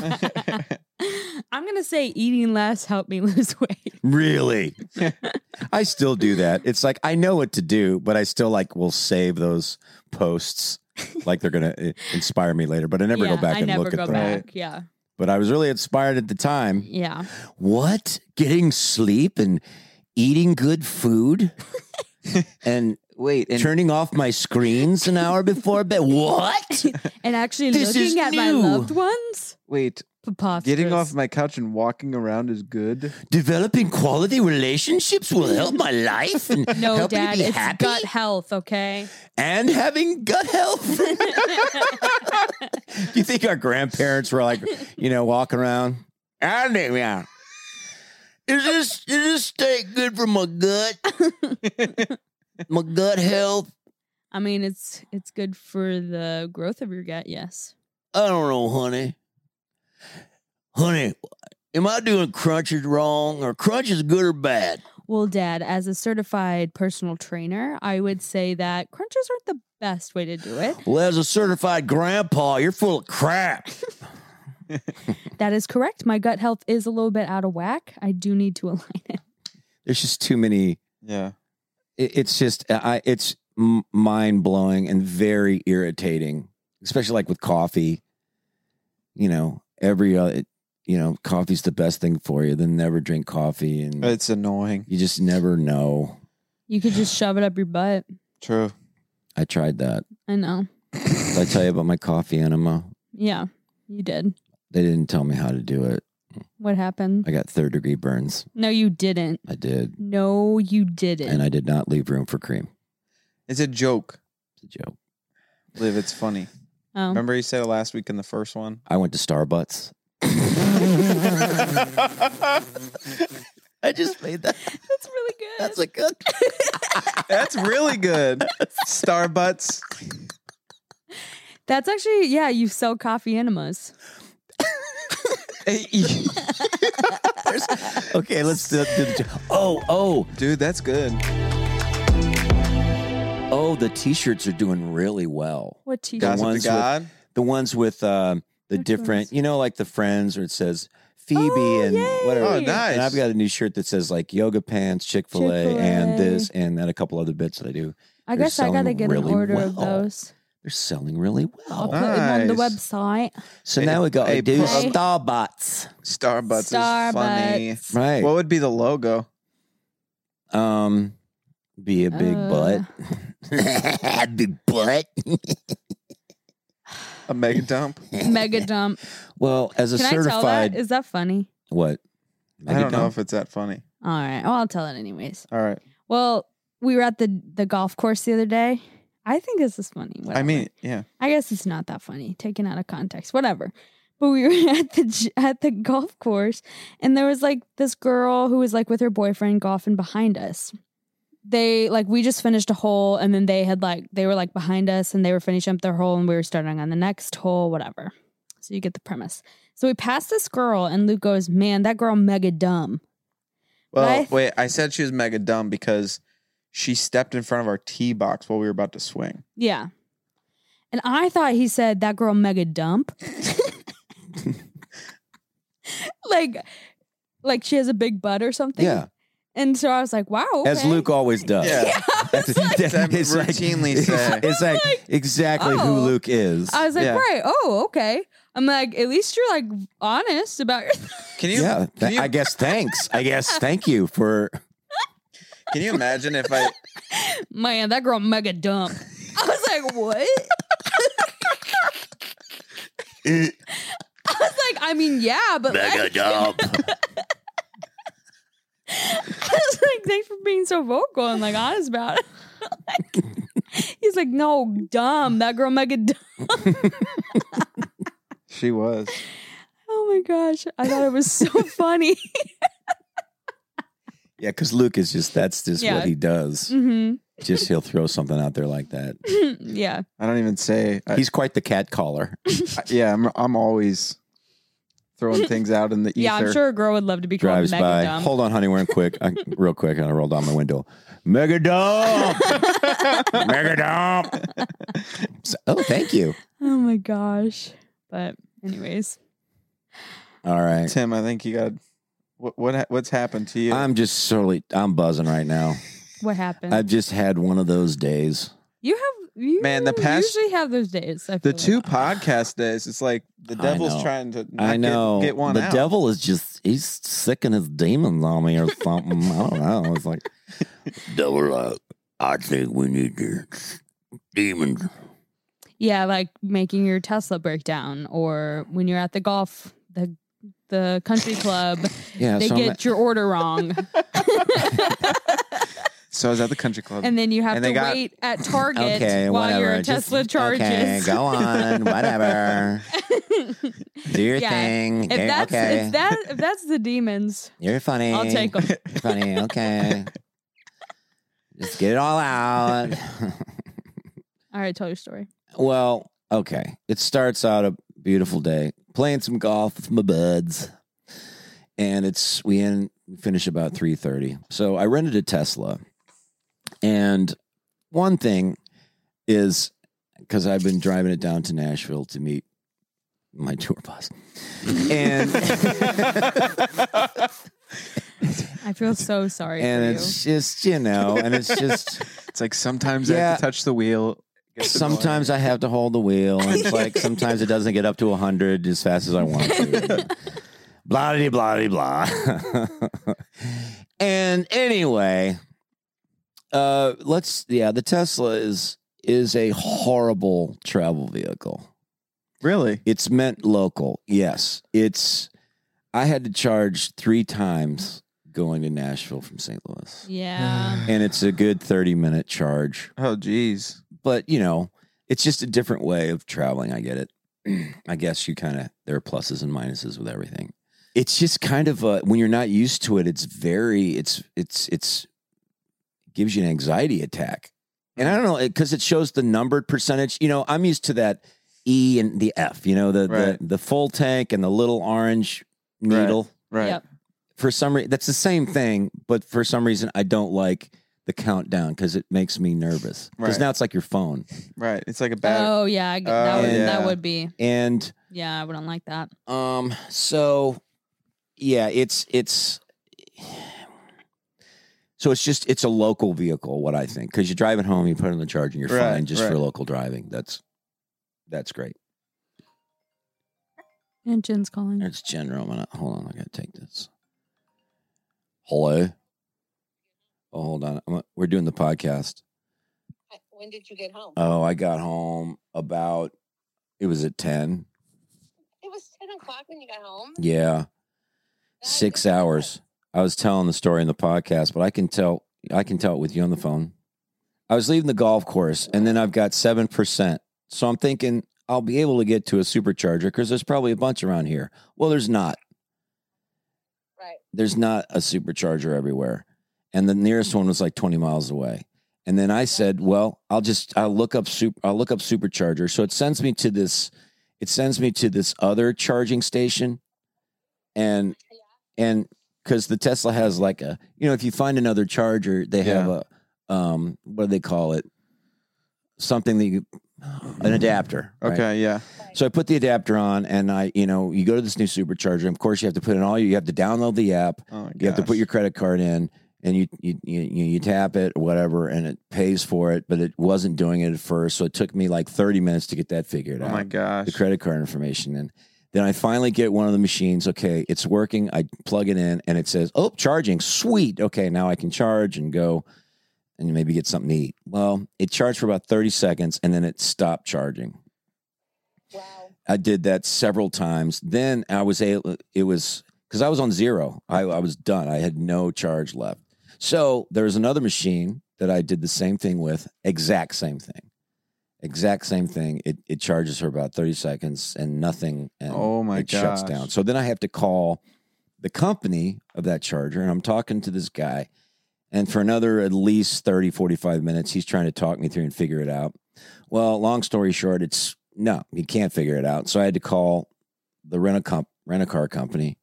I: I'm going to say eating less helped me lose weight.
A: Really? I still do that. It's like I know what to do, but I still like will save those posts like they're going to inspire me later, but I never go
I: Yeah,
A: back
I: I
A: and
I: never
A: look
I: go
A: at them.
I: back. Yeah.
A: But I was really inspired at the time.
I: Yeah.
A: What? Getting sleep and eating good food and
F: Wait, and
A: turning off my screens an hour before bed. What?
I: And actually
A: This is
I: looking at my
A: new.
I: loved ones.
F: wait,
I: Preposterous.
F: getting off my couch and walking around is good.
A: Developing quality relationships will help my life and
I: no,
A: help
I: Dad,
A: me be
I: it's
A: happy
I: gut health, okay?
A: and having gut health. Do you think our grandparents were like, you know, walking around? I don't know. Is this is this steak good for my gut? my gut health?
I: I mean, it's it's good for the growth of your gut, yes.
A: I don't know, honey. Honey, am I doing crunches wrong? Or crunches good or bad?
I: Well, Dad, as a certified personal trainer, I would say that crunches aren't the best way to do it.
A: Well, as a certified grandpa, you're full of crap.
I: That is correct. My gut health is a little bit out of whack. I do need to align it.
A: There's just too many
F: Yeah.
A: it, it's just uh, I, it's m- mind blowing and very irritating, especially like with coffee. You know, every uh, it- you know, coffee's the best thing for you. Then never drink coffee, and
F: Uh, It's annoying.
A: you just never know.
I: You could just shove it up your butt.
F: True.
A: I tried that.
I: I know.
A: Did I tell you about my coffee enema?
I: Yeah, you did.
A: They didn't tell me how to do it.
I: What happened?
A: I got third degree burns.
I: No, you didn't.
A: I did.
I: No, you didn't.
A: And I did not leave room for cream.
F: It's a joke.
A: It's a joke.
F: Liv, it's funny.
I: oh.
F: Remember you said it last week in the first one?
A: I went to Starbucks. I just made that.
I: That's really good.
A: That's a good.
F: That's really good. Starbucks.
I: That's actually, yeah, you sell coffee enemas.
A: Okay, let's do, do the jo- Oh, oh,
F: Dude, that's good.
A: oh! The t-shirts are doing really well.
I: What t shirt?
A: Got it.
F: Gossip to
A: ones with-
F: God.
A: The ones with um, the
I: Which
A: different,
I: ones?
A: you know, like the friends where it says Phoebe
I: Oh,
A: and
I: yay.
A: whatever.
F: Oh,
I: And
F: nice.
A: And I've got a new shirt that says like yoga pants, Chick Fil A,
I: Chick-fil-A.
A: and this and then a couple other bits that I do.
I: I
A: They're
I: guess I gotta
A: selling
I: get
A: really
I: an order of
A: well.
I: those.
A: They're selling really
I: I'll
A: well.
I: put them on the
F: Nice.
I: website.
A: So
F: Hey,
A: now we got
F: hey,
A: to do
F: put
I: up-
A: Starbucks,
F: Starbucks, is funny.
I: Starbucks.
A: right?
F: What would be the logo?
A: Um, be a big
I: Uh.
A: butt, big butt.
F: A mega dump?
I: Mega dump.
A: Well, as a
I: Can I tell that?
A: certified,
I: Is that funny?
A: what?
F: I don't know
A: Megadump?
F: if it's that funny.
I: All right. Well, I'll tell it anyways.
F: All right.
I: Well, we were at the, the golf course the other day. I think this is funny.
F: I
I: whatever.
F: mean, yeah.
I: I guess it's not that funny, taken out of context, whatever. But we were at the j- at the golf course, and there was like this girl who was like with her boyfriend golfing behind us. They like we just finished a hole, and then they had like they were like behind us, and they were finishing up their hole, and we were starting on the next hole, whatever. So you get the premise. So we passed this girl, and Luke goes, "Man, that girl mega dumb."
F: Well,
I: I th-
F: wait, I said she was mega dumb because she stepped in front of our tee box while we were about to swing.
I: Yeah, and I thought he said that girl mega dump. like like she has a big butt or something.
A: Yeah,
I: And so I was like, wow.
A: as
I: okay.
A: Luke always does.
F: Yeah.
A: That's,
F: That routinely
A: it's,
F: say.
A: it's like exactly who
I: oh.
A: Luke is.
I: I was like,
F: Yeah.
I: right. Oh, okay. I'm like, at least you're like honest about your.
F: Can you
A: yeah,
F: can
A: th-
F: you,
A: I guess. Thanks. I guess. Thank you for.
F: can you imagine if I
I: Man, that girl mega dump. I was like, what? I was like, I mean, yeah, but like,
A: dump.
I: I was like, thanks for being so vocal and like honest about it. like, he's like, no, dumb. That girl mega dumb.
F: She was.
I: Oh my gosh, I thought it was so funny.
A: Yeah, because Luke is just that's just
I: Yeah.
A: what he does.
I: hmm
A: Just he'll throw something out there like that.
I: yeah.
F: I don't even say. I,
A: He's quite the cat caller.
F: I- yeah, I'm, I'm always throwing things out in the ether.
I: Yeah, I'm sure a girl would love to be called
A: Drives
I: mega
A: by.
I: dumb.
A: Hold on, honey. We're in quick. I, real quick, and I roll down my window. Mega dump. Mega dump. So- oh, thank you.
I: Oh my gosh. But anyways,
A: All right.
F: Tim, I think you got what, what ha- what's happened to you?
A: I'm just totally. I'm buzzing right now.
I: what happened?
A: I've just had one of those days.
I: you have you
F: Man, the past-
I: usually have those days. I
F: the
I: feel
F: two
I: like.
F: podcast days. It's like the
A: I
F: devil's
A: know.
F: trying to. not
A: I
F: get-
A: know.
F: Get, one
A: the
F: out.
A: devil is just he's sicking his demons on me or something. I don't know. It's like devil. Uh, I think we need your demons.
I: yeah, like making your Tesla break down, or when you're at the golf the the country club,
A: Yeah.
I: they
A: so I'm-
I: get your order wrong,
F: So I was at the country club.
I: and then you have
F: And
I: to
F: they got-
I: wait at Target
A: okay.
I: while
A: whatever.
I: your
A: Just-
I: Tesla charges.
A: Okay. Go on. Whatever. Do your
I: Yeah.
A: thing.
I: If
A: Yeah,
I: that's
A: okay.
I: if that if that's the demons,
A: You're funny.
I: I'll take them.
A: You're funny. Okay. Just get it all out.
I: All right, tell your story.
A: well, okay. It starts out a beautiful day. Playing some golf with my buds. And it's we end we finish about 3:30. So I rented a Tesla. And one thing is because I've been driving it down to Nashville to meet my tour bus. And
I: I feel so sorry
A: and
I: for
A: it's just you know and it's just
F: it's like sometimes I
A: Yeah.
F: have to touch the wheel. It gets annoying.
A: sometimes i have to hold the wheel and it's like sometimes it doesn't get up to 100 as fast as i want to blah de blah de blah and anyway uh let's yeah the tesla is is a horrible travel vehicle
F: really.
A: it's meant local yes it's I had to charge three times going to Nashville from St. Louis,
I: Yeah.
A: and it's a good thirty minute charge.
F: Oh, geez.
A: But you know, it's just a different way of traveling. I get it. I guess you kind of there are pluses and minuses with everything. It's just kind of uh, when you're not used to it, it's very it's it's it's gives you an anxiety attack.
F: Mm.
A: And I don't know because it shows the numbered percentage. You know, I'm used to that E and the F. You know, the
F: Right.
A: the, the full tank and the little orange
F: Right.
A: needle
F: Right.
I: Yep.
A: for some reason that's the same thing, but for some reason I don't like the countdown because it makes me nervous. Because
F: Right.
A: now it's like your phone,
F: Right. It's like a bad.
I: Oh yeah, I g- that
F: Oh,
I: would
F: yeah.
I: that would be.
A: and
I: Yeah, I wouldn't like that.
A: um, so yeah, it's it's so it's just it's a local vehicle. What I think because you drive it home, you put it on the charge, and you're
F: Right,
A: fine just for
F: right.
A: local driving. That's that's great.
I: And Jen's calling.
A: It's general. I'm gonna, hold on, I gotta take this. Hello. Oh, hold on. I'm, we're doing the podcast.
L: When did you get home?
A: Oh, I got home about it was at ten.
L: It was 10 o'clock when you got home.
A: Yeah,
L: That
A: six
L: is-
A: hours. I was telling the story in the podcast, but I can tell I can tell it with you on the phone. I was leaving the golf course, and then I've got seven percent. So I'm thinking I'll be able to get to a supercharger because there's probably a bunch around here. Well, there's not.
L: Right.
A: There's not a supercharger everywhere, and the nearest one was like 20 miles away. And then I said, "Well, I'll just I'll look up super I'll look up supercharger." So it sends me to this it sends me to this other charging station, and and because the Tesla has like a you know if you find another charger they have a um what do they call it something that you an adapter right?
F: Okay. Yeah.
A: so I put the adapter on and I you know you go to this new supercharger and of course you have to put in all your you have to download the app
F: Oh, my
A: you have to put
F: gosh.
A: your credit card in and you you you, you you tap it or whatever and it pays for it but it wasn't doing it at first so it took me like 30 minutes to get that figured
F: Oh
A: out
F: my gosh.
A: the credit card information and Then I finally get one of the machines. Okay, it's working. I plug it in and it says, oh, charging. Sweet. Okay, now I can charge and go and maybe get something to eat. Well, it charged for about 30 seconds and then it stopped charging.
L: Wow.
A: I did that several times. Then I was able, it was because I was on zero. I, I was done. I had no charge left. So there was another machine that I did the same thing with, exact same thing. Exact same thing. It, it charges for about 30 seconds and nothing. And
F: Oh my
A: it shuts
F: gosh.
A: down. So then I have to call the company of that charger and I'm talking to this guy. And for another at least 30, 45 minutes, he's trying to talk me through and figure it out. Well, long story short, it's no, you can't figure it out. So I had to call the rent a comp rent a car company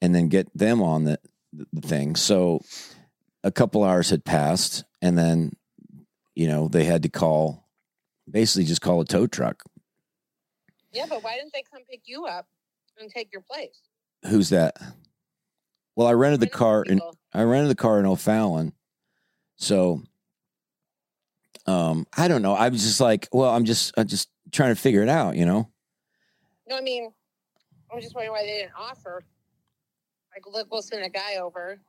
A: and then get them on the, the thing. So a couple hours had passed and then you know, they had to call basically just call a tow truck.
L: Yeah, but why didn't they come pick you up and take your place?
A: Who's that? Well, I rented the
L: Why didn't
A: car in
L: people-
A: I rented the car in O'Fallon. So um I don't know. I was just like, well, I'm just I'm just trying to figure it out, you know.
L: No, I mean, I was just wondering why they didn't offer. Like, look, we'll send a guy over,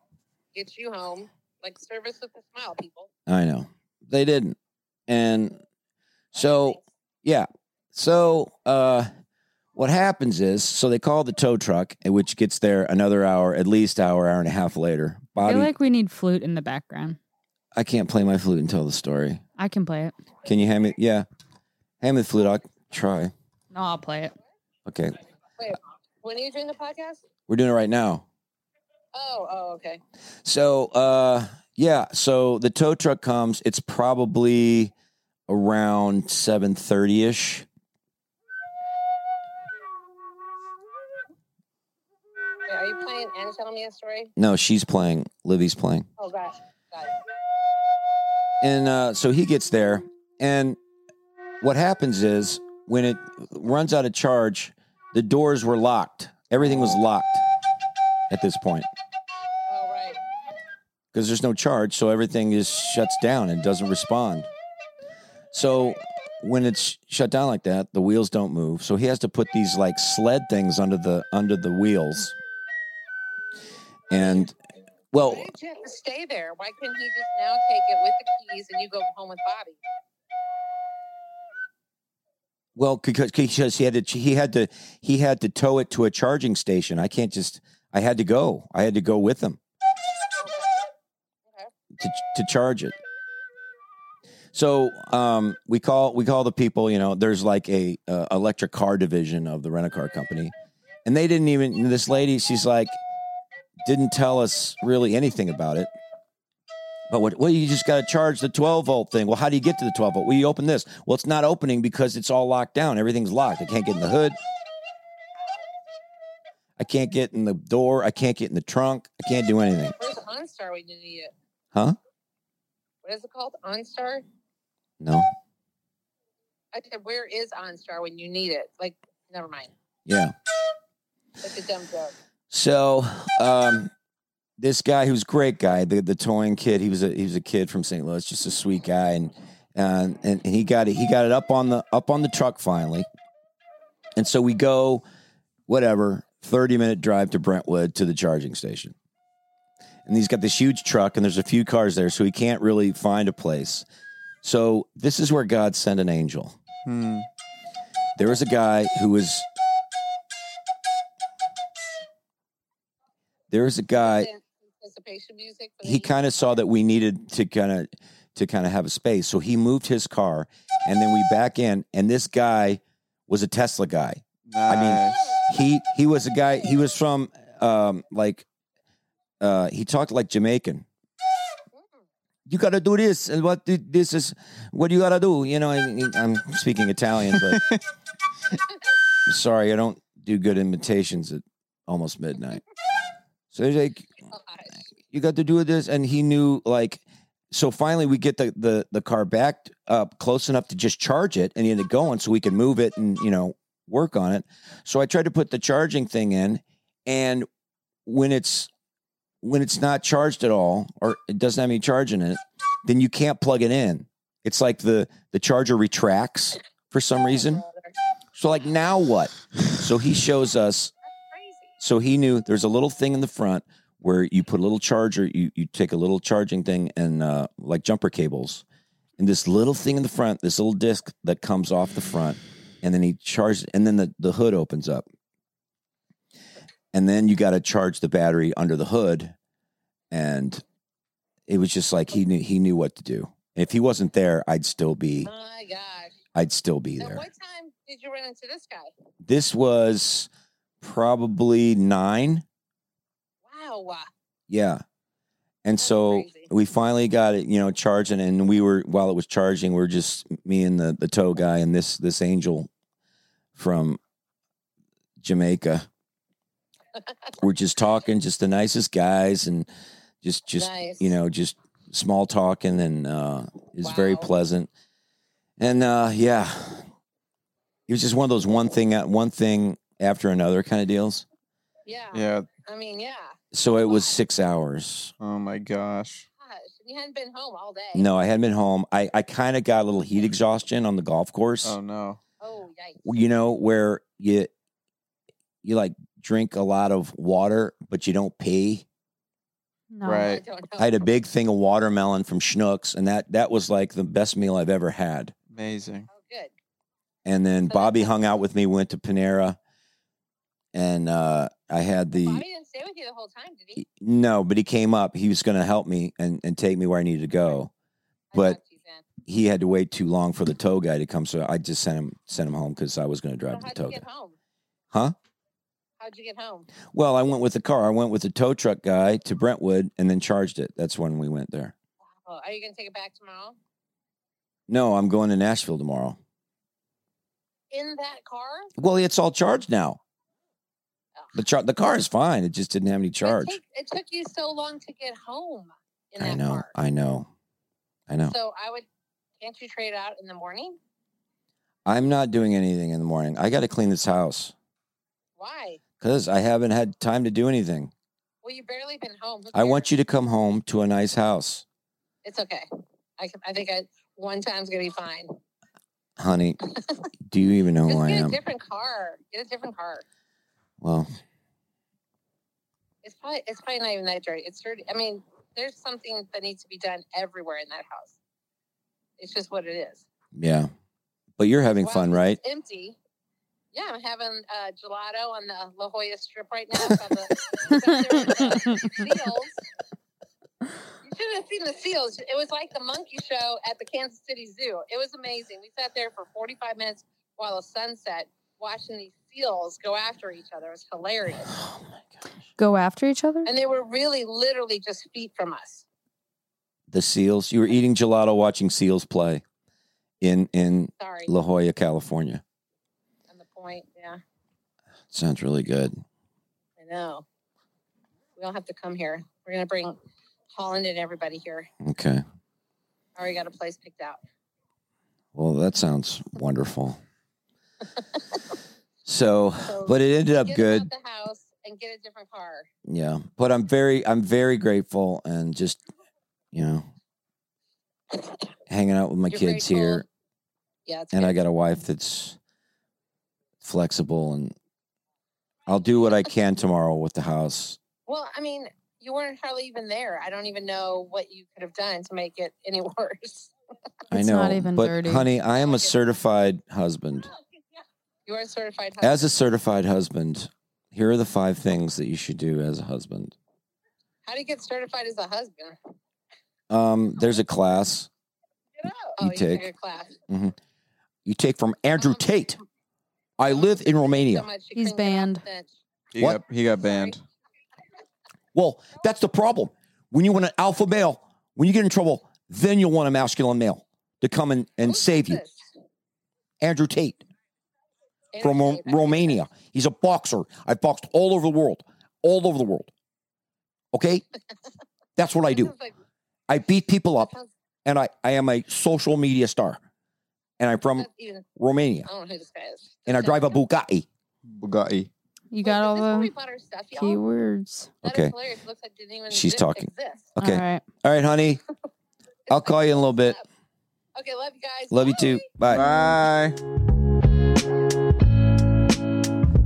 L: get you home. Like, service with a smile, people.
A: I know. They didn't. And so yeah. So uh what happens is so they call the tow truck, which gets there another hour, at least hour, hour and a half later.
I: I
A: Bobby
I: feel like we need flute in the background.
A: I can't play my flute and tell the story.
I: I can play it.
A: Can you hand me yeah. Hand me the flute, I'll try.
I: No, I'll play it.
A: Okay.
L: When are you doing the podcast?
A: We're doing it right now.
L: Oh, oh, okay.
A: So uh yeah, so the tow truck comes, it's probably around 7:30ish.
L: Wait, are you playing and telling me a story?
A: No, she's playing, Livy's playing.
L: Oh, gosh. Got it.
A: And uh so he gets there and what happens is when it runs out of charge, the doors were locked. Everything was locked at this point
L: Oh, right.
A: because there's no charge, so everything just shuts down and doesn't respond. So when it's shut down like that, the wheels don't move. So he has to put these like sled things under the under the wheels. And well,
L: Why did you have to stay there? Why couldn't he just now take it with the keys and you go home with Bobby?
A: Well, because because he had to he had to he had to tow it to a charging station. I can't just. I had to go. I had to go with him to to charge it. So um, we call we call the people. You know, there's like a uh, electric car division of the rent a car company, and they didn't even. This lady, she's like, didn't tell us really anything about it. But what? Well, you just got to charge the 12 volt thing. Well, how do you get to the 12 volt? Well, you open this. Well, it's not opening because it's all locked down. Everything's locked. I can't get in the hood. I can't get in the door. I can't get in the trunk. I can't do anything.
L: Where's OnStar when you need it?
A: Huh?
L: What is it called? OnStar?
A: No.
L: I said, where is OnStar when you need it? Like, never mind.
A: Yeah.
L: That's a dumb joke.
A: So, um, this guy who's a great guy, the the towing kid, he was a he was a kid from St. Louis, just a sweet guy, and uh, and, and he got it he got it up on the up on the truck finally, and so we go, whatever, thirty minute drive to Brentwood to the charging station, and he's got this huge truck, and there's a few cars there, so he can't really find a place. So this is where God sent an angel.
F: Hmm.
A: There was a guy who was. There was a guy
L: Anticipation music. for
A: uh, he
L: the-
A: kind of saw that we needed to kind of to kind of have a space so he moved his car and then we back in and this guy was a tesla guy
F: Nice.
A: mean, he he was a guy he was from um like uh he talked like jamaican
L: Mm.
A: you gotta do this and what th- this is what you gotta do you know and, and i'm speaking italian but
L: Oh,
A: sorry i don't do good imitations at almost midnight so there's like
L: Gosh.
A: you got to do this and he knew like so finally we get the the, the car backed up close enough to just charge it and get it going so we can move it and you know work on it so i tried to put the charging thing in and when it's when it's not charged at all or it doesn't have any charge in it then you can't plug it in it's like the the charger retracts for some reason so like now what so he shows us
L: Crazy.
A: so he knew there's a little thing in the front where you put a little charger you, you take a little charging thing and uh, like jumper cables and this little thing in the front this little disc that comes off the front and then he charges and then the, the hood opens up and then you got to charge the battery under the hood and it was just like he knew he knew what to do if he wasn't there i'd still be
L: My gosh.
A: i'd still be
L: At
A: there
L: what time did you run into this guy?
A: this was probably nine
L: Wow.
A: Yeah. And so
L: crazy.
A: we finally got it, you know, charging and we were while it was charging, we are just me and the the tow guy and this this angel from Jamaica. we're just talking, just the nicest guys and just just
L: Nice.
A: you know, just small talking and uh is very
L: Wow.
A: pleasant. And uh yeah. It was just one of those one thing uh, one thing after another kind of deals.
L: Yeah.
F: yeah.
L: I mean, yeah.
A: So it was 6 hours.
F: Oh my gosh.
L: Gosh. You hadn't been home all day.
A: No, I hadn't been home. I, I kind of got a little heat exhaustion on the golf course.
F: Oh no.
L: Oh, yikes.
A: You know where you you like drink a lot of water, but you don't pee.
I: No.
L: I
F: Right.
L: don't know.
A: I had a big thing of watermelon from Schnucks, and that that was like the best meal I've ever had.
F: Amazing.
L: Oh, good.
A: And then
L: So
A: Bobby
L: that's-
A: hung out with me, went to Panera, and uh, I had the
L: Bobby didn't stay with you the whole time, did he?
A: no, but he came up. He was going to help me and and take me where I needed to go.
L: I
A: But
L: talked to you then.
A: he had to wait too long for the tow guy to come, so I just sent him sent him home because I was going to
L: So
A: drive the
L: how'd
A: tow
L: you
A: guy.
L: get home?
A: Huh?
L: How'd you get home?
A: Well, I went with the car. I went with the tow truck guy to Brentwood and then charged it. That's when we went there.
L: Oh, are you going to take it back tomorrow?
A: No, I'm going to Nashville tomorrow.
L: In that car?
A: Well, it's all charged now. The char- the car is fine. It just didn't have any
L: But
A: charge.
L: It, take- it took you so long to get home in that
A: I know.
L: car.
A: I know. I know.
L: So I would, can't you trade out in the morning?
A: I'm not doing anything in the morning. I got to clean this house
L: Why?
A: because I haven't had time to do anything.
L: Well, you barely been home. Who
A: I want
L: cares?
A: you to come home to a nice house,
L: It's okay. I, can, I think I, one time's going to be fine.
A: honey. do you even know who
L: Just
A: Oh, I
L: get
A: am?
L: a different car. Get a different car.
A: Well,
L: It's probably it's probably not even that dirty. It's dirty. I mean, there's something that needs to be done everywhere in that house. It's just what it is.
A: yeah, But you're having fun,
L: Well,
A: right?
L: it's Empty. Yeah, I'm having uh, gelato on the La Jolla Strip right now. It's got the- it's got the seals. You should have seen the seals. It was like the monkey show at the Kansas City Zoo. It was amazing. We sat there for 45 minutes while the sunset, watching these seals go after each other. It was hilarious,
I: Go after each other?
L: and they were really, literally just feet from us.
A: The seals. You were eating gelato, watching seals play in in
L: Sorry,
A: La Jolla, California.
L: on the point. Yeah,
A: Sounds really good.
L: I know. We all have to come here. We're gonna bring Holland and everybody here.
A: Okay.
L: I already got a place picked out.
A: Well, that sounds wonderful. so,
L: So
A: but it ended up
L: Get
A: good.
L: out the house and get a different car.
A: Yeah. But I'm very I'm very grateful and just you know hanging out with my
L: You're
A: kids
L: grateful.
A: here
L: Yeah, it's
A: and
L: good.
A: I got a wife that's flexible and I'll do what I can tomorrow with the house.
L: Well, I mean, you weren't hardly even there. I don't even know what you could have done to make it any worse.
A: I
C: It's
A: know.
C: not even
A: but
C: dirty.
A: honey, I am a certified husband.
L: You are a certified husband.
A: As a certified husband, here are the five things that you should do as a husband.
L: How do you get certified as a husband?
A: Um, there's a class
L: Oh, you,
A: take-
L: took a class.
A: you take from Andrew
C: Um,
A: Tate. I live in Romania.
L: So much you
I: He's
L: couldn't get off the bench.
F: He
A: What?
F: got he got banned.
A: Well, that's the problem. When you want an alpha male, when you get in trouble, then you'll want a masculine male to come and, and
L: Who
A: save you.
L: did this?
A: Andrew Tate
L: Andrew
A: from Ro-
L: Tate, I think
A: Romania. He's a boxer. I've boxed all over the world, all over the world. Okay? That's what I
L: this
A: do.
L: is like-
A: I beat people up
L: sounds-
A: and I, I am a social media star. And I'm from
L: that's even-
A: Romania
L: I don't know who this guy is.
A: and I drive a Bugatti.
J: Bugatti.
I: You got all the
L: butter stuff, y'all?
I: keywords.
L: That is
A: Okay.
L: hilarious. It looks like it didn't even
A: She's
L: exi-
A: talking.
L: exist.
A: Okay.
I: All right.
A: All right, honey. I'll call you in a little bit.
L: Okay, love you guys.
A: Love you too. Bye.
F: Bye.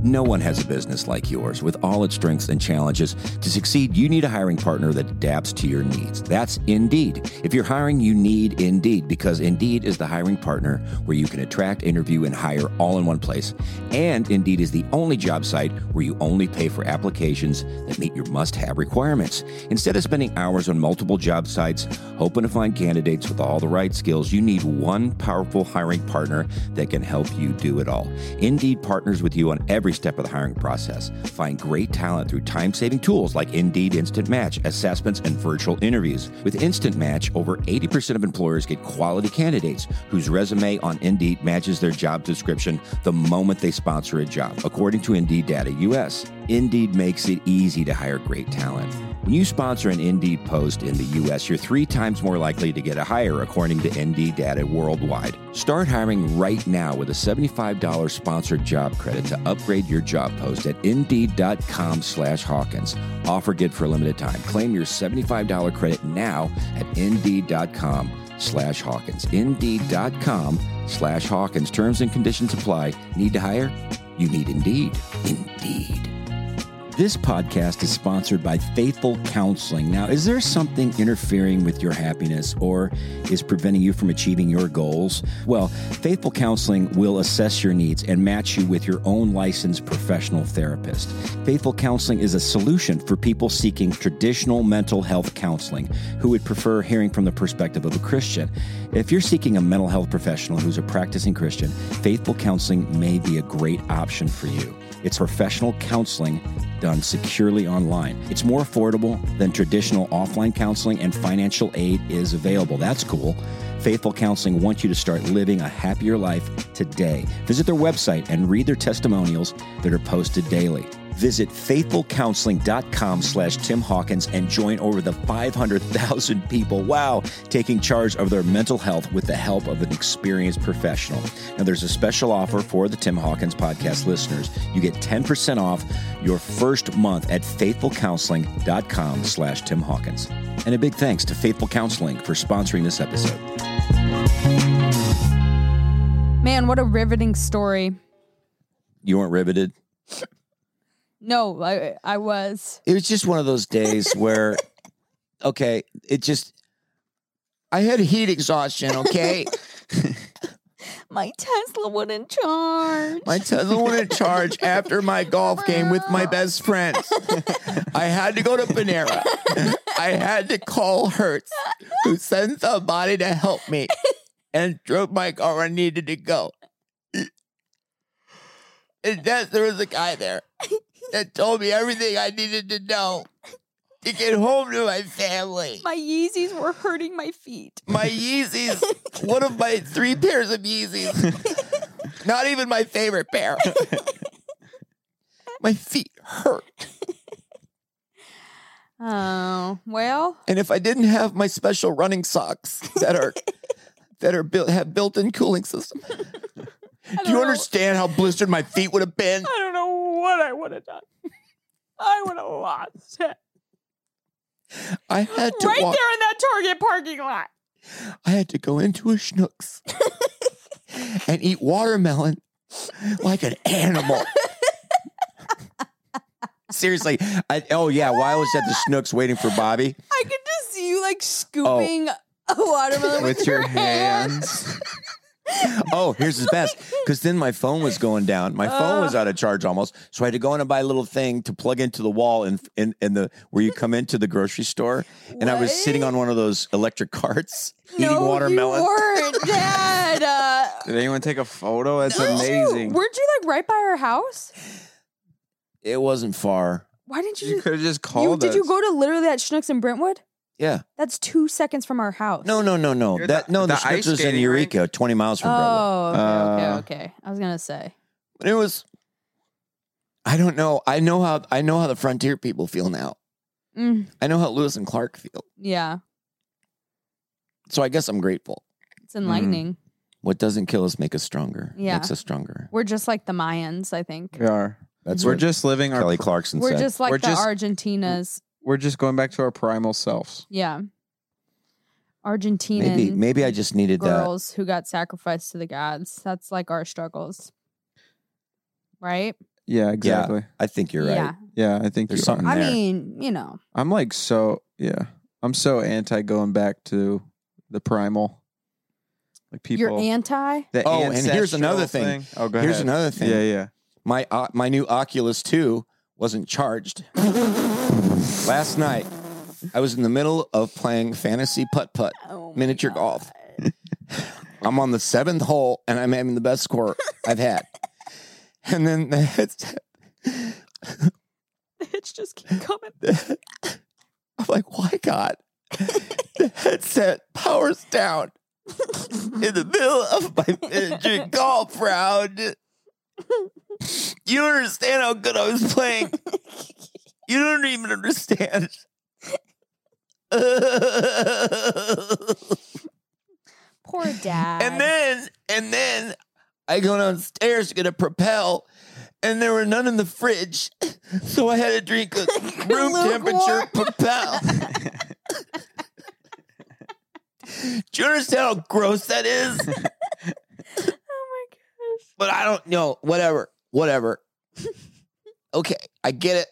A: No one has a business like yours. With all its strengths and challenges, to succeed, you need a hiring partner that adapts to your needs. That's Indeed. If you're hiring, you need Indeed because Indeed is the hiring partner where you can attract, interview, and hire all in one place. And Indeed is the only job site where you only pay for applications that meet your must have requirements. Instead of spending hours on multiple job sites, hoping to find candidates with all the right skills, you need one powerful hiring partner that can help you do it all. Indeed partners with you on every step of the hiring process. Find great talent through time saving tools like Indeed Instant Match, assessments, and virtual interviews. With Instant Match, over 80% of employers get quality candidates whose resume on Indeed matches their job description the moment they sponsor a job, according to Indeed Data US. Indeed makes it easy to hire great talent. When you sponsor an Indeed post in the US, you're three times more likely to get a hire, according to Indeed data worldwide. Start hiring right now with a $75 sponsored job credit to upgrade your job post at Indeed.com slash Hawkins. Offer good for a limited time. Claim your $75 credit now at Indeed.com slash Hawkins. Indeed.com slash Hawkins. Terms and conditions apply. Need to hire? You need Indeed. Indeed. This podcast is sponsored by Faithful Counseling. Now, is there something interfering with your happiness or is preventing you from achieving your goals? Well, Faithful Counseling will assess your needs and match you with your own licensed professional therapist. Faithful Counseling is a solution for people seeking traditional mental health counseling who would prefer hearing from the perspective of a Christian. If you're seeking a mental health professional who's a practicing Christian, Faithful Counseling may be a great option for you. It's professional counseling done securely online. It's more affordable than traditional offline counseling, and financial aid is available. That's cool. Faithful Counseling wants you to start living a happier life today. Visit their website and read their testimonials that are posted daily. Visit faithfulcounseling.com slash Tim Hawkins and join over the 500,000 people, wow, taking charge of their mental health with the help of an experienced professional. Now, there's a special offer for the Tim Hawkins podcast listeners. You get 10% off your first month at faithfulcounseling.com slash Tim Hawkins. And a big thanks to Faithful Counseling for sponsoring this episode.
I: Man, what a riveting story.
A: You weren't riveted?
I: No, I I was.
A: it was just one of those days where okay it just i had heat exhaustion okay
I: My Tesla wouldn't charge.
D: My Tesla wouldn't charge after my golf game with my best friends. I had to go to Panera. I had to call Hertz, who sent somebody to help me and drove my car where I needed to go. And then there was a guy there that told me everything I needed to know to get home to my family.
I: My Yeezys were hurting my feet.
D: My Yeezys, one of my three pairs of Yeezys, not even my favorite pair. my feet hurt.
I: Oh, well,
D: And if I didn't have my special running socks that are that are built have built-in cooling system. Do you
I: know.
D: understand how blistered my feet would have been?
I: I don't know what I would have done. I would have lost it.
D: I had to
I: Right
D: walk.
I: there in that Target parking lot.
D: I had to go into a schnooks and eat watermelon like an animal. Seriously, I, oh yeah, while I was at the Schnooks waiting for Bobby,
I: I could just see you like scooping a watermelon Oh, with,
F: with your hands.
D: oh here's his best, because then my phone was going down. My
A: Uh.
D: phone was out of charge almost, so I had to go in and buy a little thing to plug into the wall in in, in the where you come into the grocery store, and I was sitting on one of those electric carts eating watermelon.
I: You weren't, Dad. Uh,
F: Did anyone take a photo? That's
I: weren't you-
F: amazing.
I: weren't you like right by our house?
D: It wasn't far.
I: Why didn't you?
F: You
I: just-
F: could have just
I: you,
F: called
I: did you
F: us.
I: go to literally that Schnucks in Brentwood?
D: Yeah.
I: That's two seconds from our house.
D: No, no, no, no.
F: You're
D: That
F: the-
D: no, the,
F: the
D: Schnooks
F: ice
D: was in
F: skating rink?
D: Eureka, twenty miles from Brentwood.
I: Oh, okay,
F: Uh,
I: okay, okay. I was gonna say.
D: But it was I don't know. I know how I know how the frontier people feel now.
I: Mm,
D: I know how Lewis and Clark feel.
I: yeah,
D: So I guess I'm grateful.
I: it's enlightening.
D: What doesn't kill us make us stronger.
I: Yeah.
D: Makes us stronger.
I: We're just like the Mayans, I think.
F: We are.
D: That's
F: we're
D: what
F: just living our.
D: Kelly Clarkson
I: We're
D: said.
I: just like
F: We're
I: the
F: just-
I: Argentinas.
F: we're just going back to our primal selves.
I: Yeah. Argentinian
D: maybe maybe I just needed that.
I: girls who got sacrificed to the gods. That's like our struggles. Right?
F: Yeah, exactly.
D: I think you're right.
I: Yeah.
F: Yeah, I think
D: There's
F: you
D: something
F: Are.
I: I
D: there.
I: mean, you know.
F: I'm like so. Yeah, I'm so anti going back to the primal. Like people.
I: You're anti?
F: the
D: Oh, and here's
F: ancestral
D: another thing.
F: Oh, go
D: Here's
F: ahead.
D: another thing.
F: Yeah, yeah.
D: My uh, my new Oculus 2 wasn't charged. Last night I was in the middle of playing fantasy putt-putt.
I: Oh my
D: miniature
I: God.
D: golf. I'm on the seventh hole and I'm having the best score I've had. And then the headset,
I: It's just keep coming.
D: I'm like, why God? the headset powers down in the middle of my miniature golf round. You don't understand how good I was playing. You don't even understand.
I: Poor dad.
D: And then, and then I go downstairs to get a propel, and there were none in the fridge. So I had to drink a room temperature propel. Do you understand how gross that is?
I: oh my gosh.
D: But I don't know. Whatever. Whatever. Okay. I get it.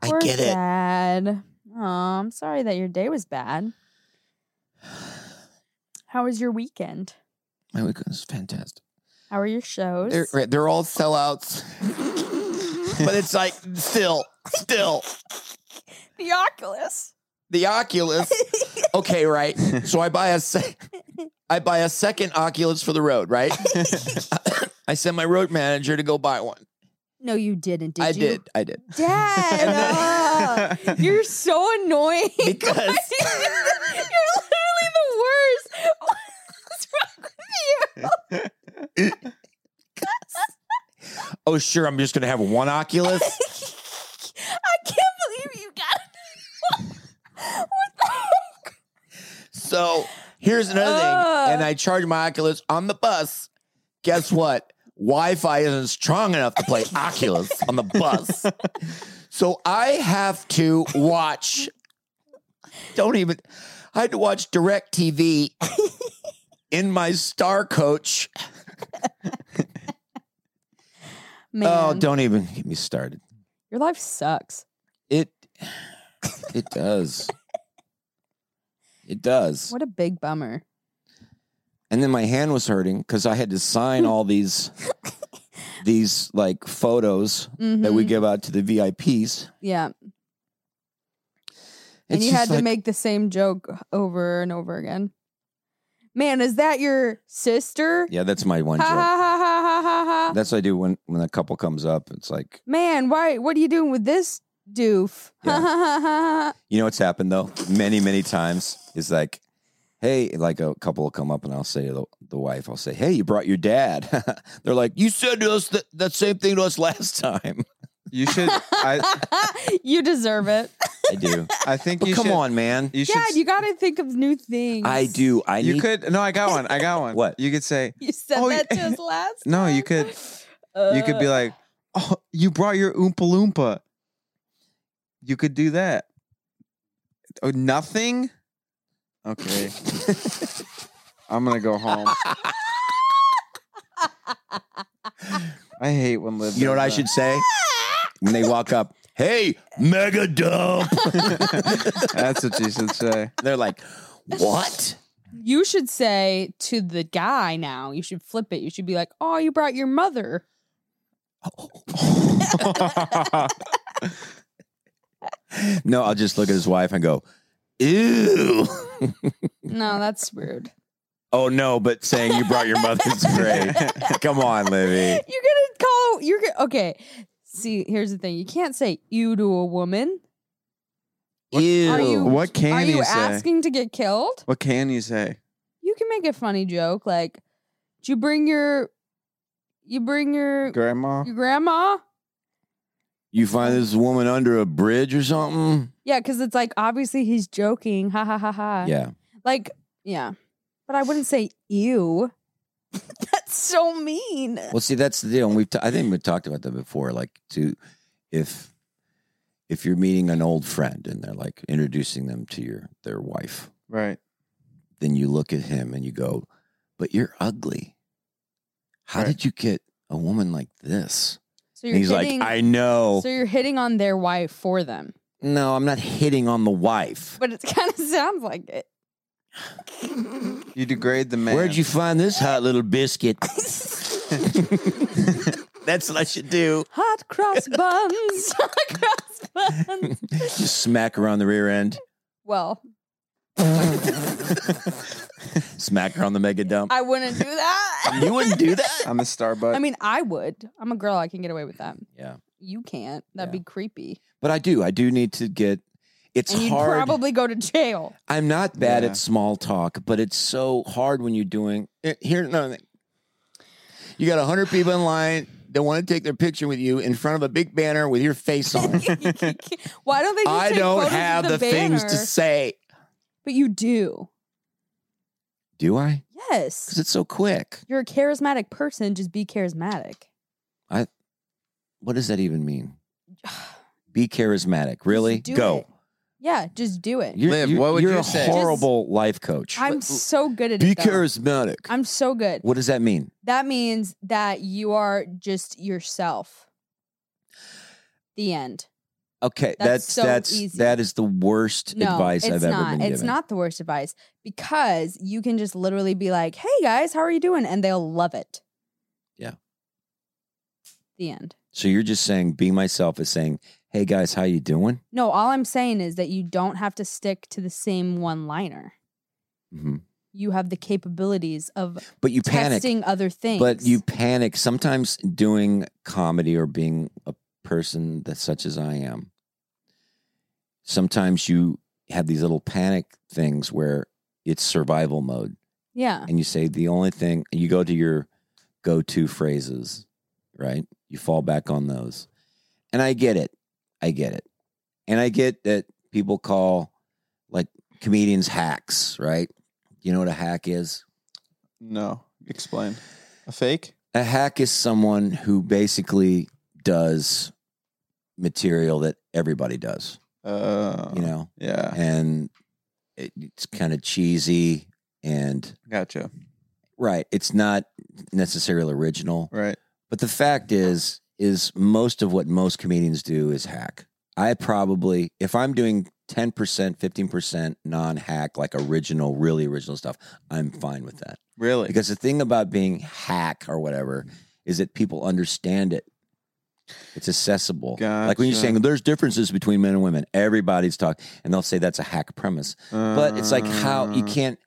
I: Poor
D: I get it.
I: dad. Oh, I'm sorry that your day was bad. How was your weekend?
D: My weekend was fantastic.
I: How are your shows?
D: They're, right, they're all sellouts. but it's like, still, still.
I: the Oculus.
D: the Oculus. Okay, right. So I buy a se- I buy a second Oculus for the road, right? I sent my road manager to go buy one.
I: No, you didn't. Did
D: I
I: you?
D: did. I did.
I: Dad, uh, you're so annoying.
D: Because
I: you're literally the worst. What's wrong with you?
D: oh sure, I'm just gonna have one Oculus.
I: I can't believe you got it. what the
D: Oh,
I: heck?
D: So here's another
I: Ugh.
D: thing. And I charge my Oculus on the bus. Guess what? Wi-Fi isn't strong enough to play Oculus on the bus. So I have to watch. Don't even. I had to watch Direct TV in my Star Coach.
I: Man,
D: Oh, don't even get me started.
I: your life sucks.
D: It. It does. It does.
I: What a big bummer.
A: and then my hand was hurting because I had to sign all these these like photos that we
I: Mhm.
A: give out to the VIPs.
I: Yeah. and
A: It's
I: you
A: just
I: had to
A: like-
I: make the same joke over and over again. Man, is that your sister?
A: Yeah, that's my one
I: ha,
A: joke.
I: ha ha ha ha ha ha.
A: That's what I do when when a couple comes up. It's like
I: Man, why? What are you doing with this doof? Ha ha ha ha.
A: you know what's happened though, many many times is like, hey, like a couple will come up and I'll say to the, the wife, I'll say, hey, you brought your dad. They're like, you said to us that that same thing to us last time.
F: You should. I
I: ha. you deserve it.
A: I do.
F: I think
A: But
F: you
A: come
F: should-
A: on, man.
F: You should.
I: Dad, you got to think of new things.
A: I do. I
F: you
A: need-
F: could. No, I got one. I got one. what you could say?
I: You said
A: Oh,
I: that to us last.
F: No, you could. you could be
I: Uh.
F: like, oh, you brought your oompa loompa. You could do that. Oh, nothing. Okay. I'm gonna go home. I hate when Liv.
A: You know what I should say when they walk up? Hey, mega dump.
F: That's what you should say.
A: They're like, what?
I: You should say to the guy now. You should flip it. You should be like, "Oh, you brought your mother."
A: No, I'll just look at his wife and go, ew.
I: No, that's rude.
A: oh no, but saying you brought your mother's great. Come on, Livy.
I: You're gonna call. You're gonna, okay. See, here's the thing. You can't say "you" to a woman. Are you,
F: What can
I: are you,
F: you say?
I: asking to get killed?
F: What can you say?
I: You can make a funny joke like, "Do you bring your, you bring your
F: Grandma?
I: your grandma?"
A: You find this woman under a bridge or something?
I: Yeah, because it's like obviously he's joking. Ha ha ha ha.
A: Yeah.
I: Like yeah, but I wouldn't say "you." That's so mean.
A: Well, see, that's the deal. And we've, t- I think we've talked about that before. Like, to, if, if you're meeting an old friend and they're like introducing them to your, their wife,
F: Right.
A: then you look at him and you go, but you're ugly. How did you get a woman like this?
I: So
A: And he's
I: hitting-
A: like, I know.
I: So you're hitting on their wife for them,
A: no, I'm not hitting on the wife.
I: but it kind of sounds like it.
F: You degrade the man.
A: Where'd you find this hot little biscuit? That's what I should do.
I: Hot cross buns. Hot cross buns.
A: Just smack her on the rear end,
I: Well,
A: smack her on the mega dump.
I: I wouldn't do that.
A: you wouldn't do that?
F: I'm a Starbucks.
I: I mean, I would. I'm a girl. I can get away with that.
A: Yeah.
I: You can't. That'd be creepy.
A: But I do. I do need to get. It's
I: and you'd
A: hard.
I: probably go to jail.
A: I'm not bad
F: Yeah.
A: at small talk, but it's so hard when you're doing eh, here. No, you got hundred people in line that want to take their picture with you in front of a big banner with your face on it.
I: Why don't they just
A: I
I: take
A: don't
I: photos
A: have
I: of
A: the,
I: the,
A: things to
I: banner?
A: say.
I: But you do.
A: Do I?
I: Yes.
A: Because it's so quick.
I: You're a charismatic person. Just be charismatic.
A: I. What does that even mean? Be charismatic. Really?
I: do
A: Go.
I: it. Yeah, just do it.
A: You're,
F: Liv,
A: you're-
F: what would
A: you're
F: you
A: a
F: say?
A: horrible life coach.
I: I'm so good at
A: Be
I: it. though.
A: charismatic.
I: I'm so good.
A: What does that mean?
I: That means that you are just yourself. The end.
A: Okay,
I: That's
A: that's that's,
I: so easy.
A: that is the worst
I: No,
A: advice
I: it's
A: I've
I: not.
A: ever been
I: it's
A: given.
I: not the worst advice because you can just literally be like, "Hey guys, how are you doing?" and they'll love it.
A: Yeah.
I: The end.
A: So you're just saying be myself is saying, "Hey guys, how you doing?"
I: No, all I'm saying is that you don't have to stick to the same one-liner.
A: hmm
I: You have the capabilities of
A: But you panic.
I: testing other things.
A: But you panic sometimes doing comedy or being a person that such as I am. Sometimes you have these little panic things where it's survival mode.
I: yeah.
A: and you say the only thing you go to your go-to phrases right you fall back on those and i get it i get it and i get that people call like comedians hacks right you know what a hack is
F: No. Explain. A fake?
A: a hack is someone who basically does material that everybody does
F: Uh,
A: you know
F: Yeah.
A: and it, it's kind of cheesy and
F: Gotcha.
A: right it's not necessarily original
F: Right.
A: But the fact is, is most of what most comedians do is hack. I probably, if I'm doing 10%, 15% non hack, like original, really original stuff, I'm fine with that.
F: Really?
A: Because the thing about being hack or whatever
F: Mm-hmm.
A: is that people understand it. It's accessible. Like when you're
F: Gotcha.
A: saying there's differences between men and women, everybody's talking, and they'll say that's a hack premise. But it's like how you
F: Uh.
A: can't,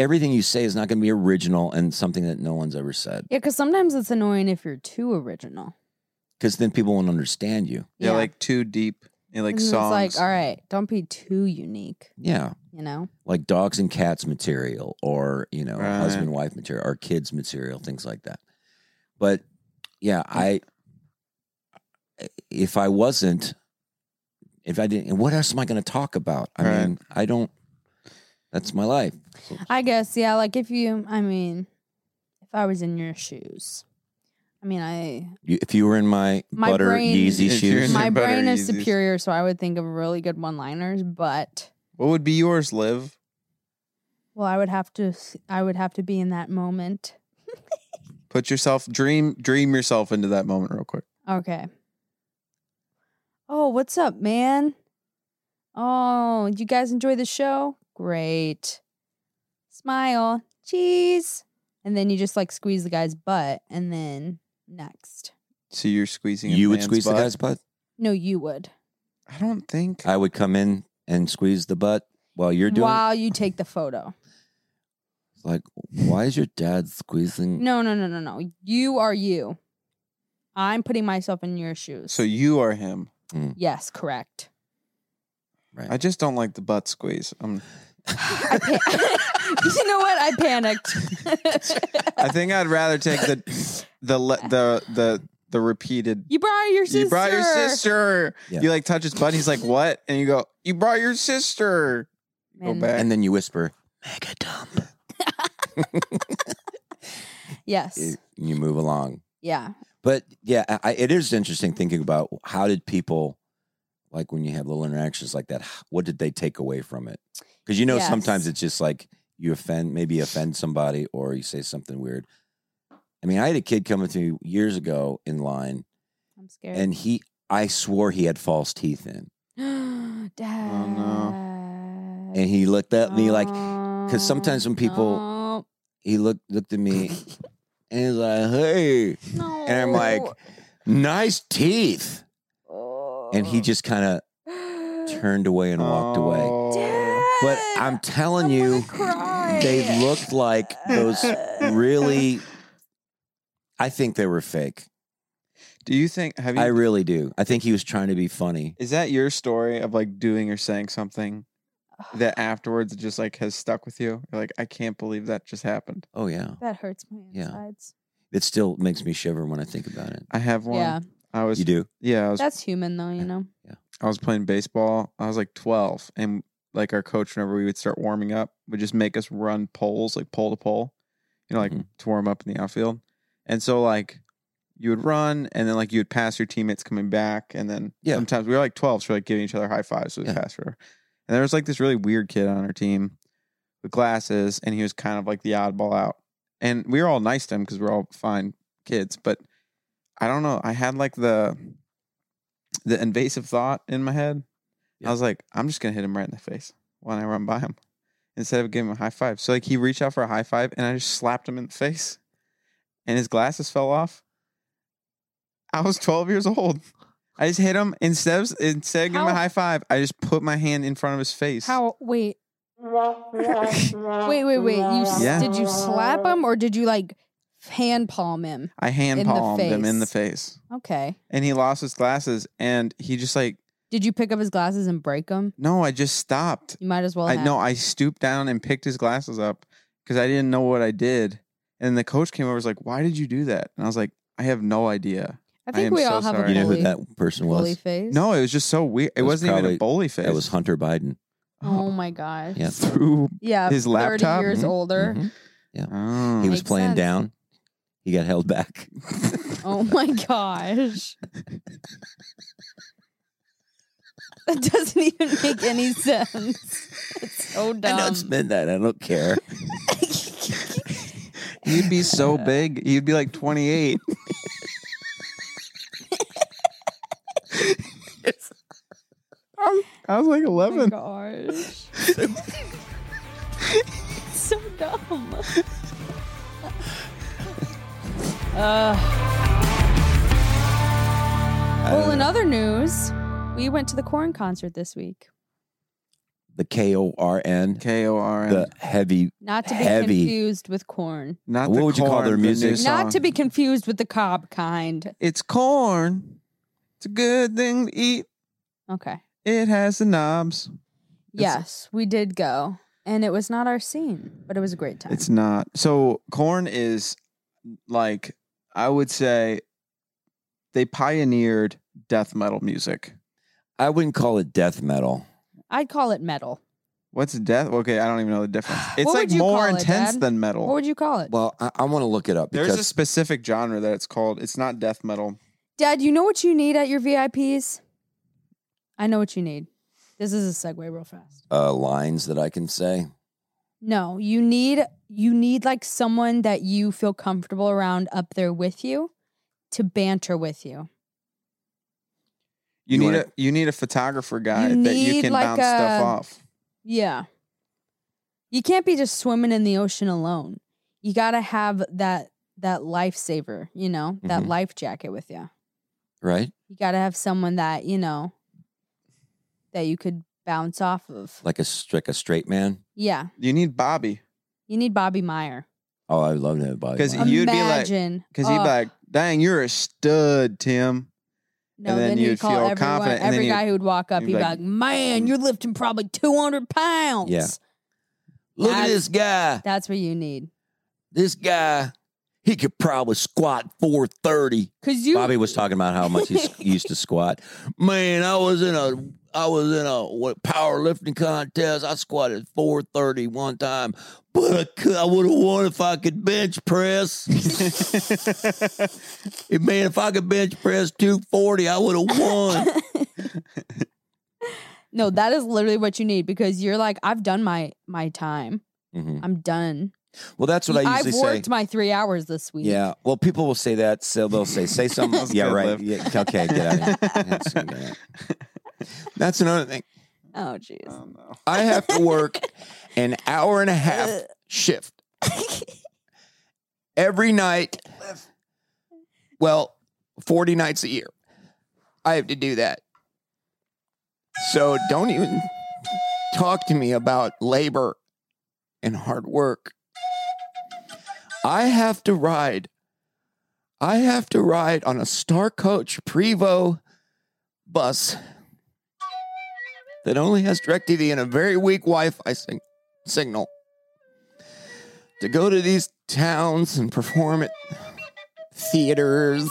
A: everything you say is not going to be original and something that no one's ever said.
I: Yeah, because sometimes it's annoying if you're too original.
A: Because then people won't understand you.
F: Yeah, like too deep. Yeah, like
I: And it's
F: songs.
I: like, all right, don't be too unique.
A: Yeah.
I: You know?
A: like dogs and cats material or you know
F: Right.
A: husband wife material or kids material things like that but yeah i if i wasn't if i didn't what else am i going to talk about i mean i don't that's my life
I: I guess, yeah, like if you, I mean, if I was in your shoes, I mean, I,
A: you, if you were in my,
I: my
A: butter
I: brain,
A: yeezy shoes
I: my brain is superior, so I would think of really good one liners, but,
F: What would be yours, Liv?
I: well, I would have to, I would have to be in that moment.
F: Put yourself dream dream yourself into that moment real quick.
I: Okay. Oh, what's up, man? Oh, you guys enjoy the show? Great. Smile. Cheese. And then you just like squeeze the guy's butt and then next.
F: So you're squeezing. a
A: you would
F: man's
A: squeeze
F: butt?
A: the guy's butt
I: No, you would.
F: I don't think.
A: i would come in and squeeze the butt while you're doing
I: while you take the photo.
A: it. like why is your dad squeezing
I: No, no, no, no, no. You are you. I'm putting myself in your shoes.
F: So you are him.
I: yes, correct.
F: I just don't like the butt squeeze. Um,
I: you know what? I panicked.
F: I think I'd rather take the the le- the the the repeated.
I: you brought your sister.
F: You brought your sister.
A: Yeah.
F: You like touch his butt. He's like, "What?" And you go, "You brought your sister." Go
I: Man.
F: back.
A: and then you whisper
I: Yes.
A: "Eh, and you move along
I: Yeah.
A: But yeah, I, I- it is interesting thinking about how did people like when you have little interactions like that. h- What did they take away from it? Because you know
I: Yes.
A: sometimes it's just like you offend, maybe you offend somebody, or you say something weird. I mean, I had a kid coming to me years ago in line,
I: I'm scared.
A: and he, I swore he had false teeth in,
I: Dad.
A: and he looked at me like, because sometimes when people,
I: No.
A: he looked looked at me, and he's like, "Hey," and I'm like,
I: Oh.
A: "Nice teeth," and he just kind of turned away and walked away.
F: Oh.
A: But I'm telling you, they looked like those really. I think they were fake.
F: Do you think? Have you?
A: I really do. I think he was trying to be funny.
F: Is that your story of like doing or saying something that afterwards just like has stuck with you? You're like, I can't believe that just happened.
A: Oh yeah,
I: That hurts my
A: Yeah.
I: insides.
A: it still makes me shiver when I think about it.
F: I have one.
I: Yeah.
F: I was
A: You do?
F: yeah, I was
I: That's human though, you know.
F: I was playing baseball. I was like 12 and like our coach whenever we would start warming up would just make us run poles like pole to pole, you know, like
A: Mm. Mm-hmm.
F: to warm up in the outfield. And so like you would run and then like you would pass your teammates coming back and then
A: Yeah.
F: sometimes we were like 12 so we are like giving each other high fives so we
A: Yeah.
F: pass forever. And there was like this really weird kid on our team with glasses and he was kind of like the oddball out. And we were all nice to him because we're all fine kids, but I don't know. I had like the the invasive thought in my head. I was like, I'm just gonna hit him right in the face when I run by him instead of giving him a high five. So like he reached out for a high five and I just slapped him in the face and his glasses fell off. I was 12 years old. I just hit him instead of instead of giving him a
I: How-
F: high five, I just put my hand in front of his face.
I: How wait. wait, wait, wait. You s
F: Yeah.
I: did you slap him or did you like hand palm him?
F: I hand
I: In the
F: palmed him in the face.
I: Okay.
F: And he lost his glasses and he just like,
I: Did you pick up his glasses and break them?
F: no, I just stopped.
I: You might as well
F: I
I: have.
F: no, I stooped down and picked his glasses up because I didn't know what I did. And the coach came over and was like, Why did you do that? And I was like, I have no idea.
I: I think
F: am
I: we
F: so
I: all have
F: sorry.
I: a
A: You know
I: bully,
A: who that person
I: bully
A: was?
I: face.
F: No, it was just so weird. It,
A: It was
F: wasn't even
A: probably-
F: a bully face.
A: That was Hunter Biden.
I: Oh my gosh.
A: Yeah.
F: through
I: Yeah.
F: his
I: 30
F: laptop.
I: years
A: Mhm.
I: older.
A: Mhm.
F: Oh.
A: He was
I: Makes
A: playing
I: sense.
A: down. He got held back.
I: Oh my gosh. That doesn't even make any sense. It's so
A: I know
I: dumb.
A: it's midnight. I don't care.
F: He'd be so big. He'd be like 28. I was like 11.
I: Oh
F: my gosh.
K: so dumb.
I: well, in other news, we went to the corn concert this week.
A: The K O R N.
F: K O R N.
A: The heavy.
I: Not to be
A: heavy.
I: confused with corn.
F: Not
A: What
F: the
A: would you call
F: corn,
A: their
F: the
A: music?
F: new
I: Not to
F: song.
I: be confused with the cob kind.
F: It's corn. It's a good thing to eat.
I: Okay.
F: It has the knobs.
I: yes, we did go. And it was not our scene, but it was a great time.
F: It's not. So corn is like I would say they pioneered death metal music.
A: I wouldn't call it death metal.
I: I'd call it metal.
F: What's death? Okay, I don't even know the difference. It's
I: What
F: like
I: would you
F: more
I: call it,
F: intense
I: Dad?
F: than
I: What
F: metal.
I: would you call it?
A: Well, I, I want to look it up
F: There's a
A: because
F: specific genre that it's called. It's not death metal.
I: Dad, you know what you need at your VIPs? I know what you need. This is a segue real fast.
A: uh, lines that I can say.
I: No, you need you need like someone that you feel comfortable around up there with you to banter with you.
F: You,
A: You
F: need
A: wanna-
F: a you need a photographer guy
I: You
F: that you
I: need
F: can
I: like
F: bounce
I: a-
F: stuff off.
I: Yeah. You can't be just swimming in the ocean alone. You got to have that that lifesaver, you know, that
F: Mm-hmm.
A: Mhm.
I: life jacket with you.
A: right?
I: You got to have someone that, you know, that you could bounce off of.
A: Like a str- like a straight man.
I: Yeah.
F: You need Bobby
I: You need Bobby Meyer.
A: Oh, I would love to have Bobby.
F: 'Cause
A: Brown.
F: you'd be like-
I: Imagine.
F: because he'd
I: oh,
F: be like, "Dang, you're a stud, Tim."
I: no,
F: and then
I: then,
F: you'd
I: you'd call
F: feel
I: everyone,
F: confident, and then
I: every
F: you'd-
I: guy who would walk up,
F: you'd
I: he'd
F: be
I: be
F: like, "Mm."
I: like, man, you're lifting probably 200 pounds.
A: Yeah. Look at
I: I-
A: this guy.
I: That's what you need.
A: This guy, he could probably squat four thirty.
I: Because you,
A: Bobby was talking about how much he s- used to squat. Man, I was in a I was in a what, powerlifting contest. I squatted 430 one time, but I, cou- I would have won if I could bench press. If- Man, if I could bench press 240, I would have won.
I: no, that is literally what you need because you're like, I've done my my time.
A: Mhm.
I: I'm done.
A: Well, that's what I
I: I've
A: usually say.
I: worked my three hours this week.
A: Yeah. Well, people will say that. So they'll say, say something.
F: was
A: yeah,
F: good,
A: right.
F: Liv.
A: Yeah, okay, get out of here. That's, yeah. That's another thing.
I: Oh, jeez.
F: Oh, no.
A: I have to work an hour and a half shift every night. Well, 40 nights a year. I have to do that. So don't even talk to me about labor and hard work. I have to ride. I have to ride on a Star Coach Prevo bus that only has DirecTV and a very weak Wi-Fi sig- signal to go to these towns and perform at theaters.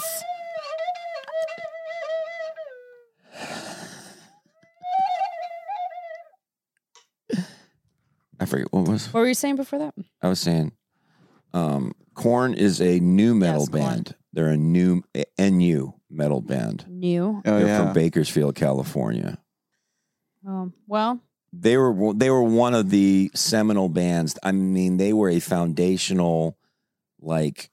A: I forget what was
I: What were you saying before that?
A: I was saying. Um, Corn is a new metal
I: Yes, Korn.
A: band. They're a new NU metal band.
I: New.
F: Oh
A: They're
F: yeah,
A: from Bakersfield, California.
I: Um, well,
A: they were they were one of the seminal bands. I mean, they were a foundational, like,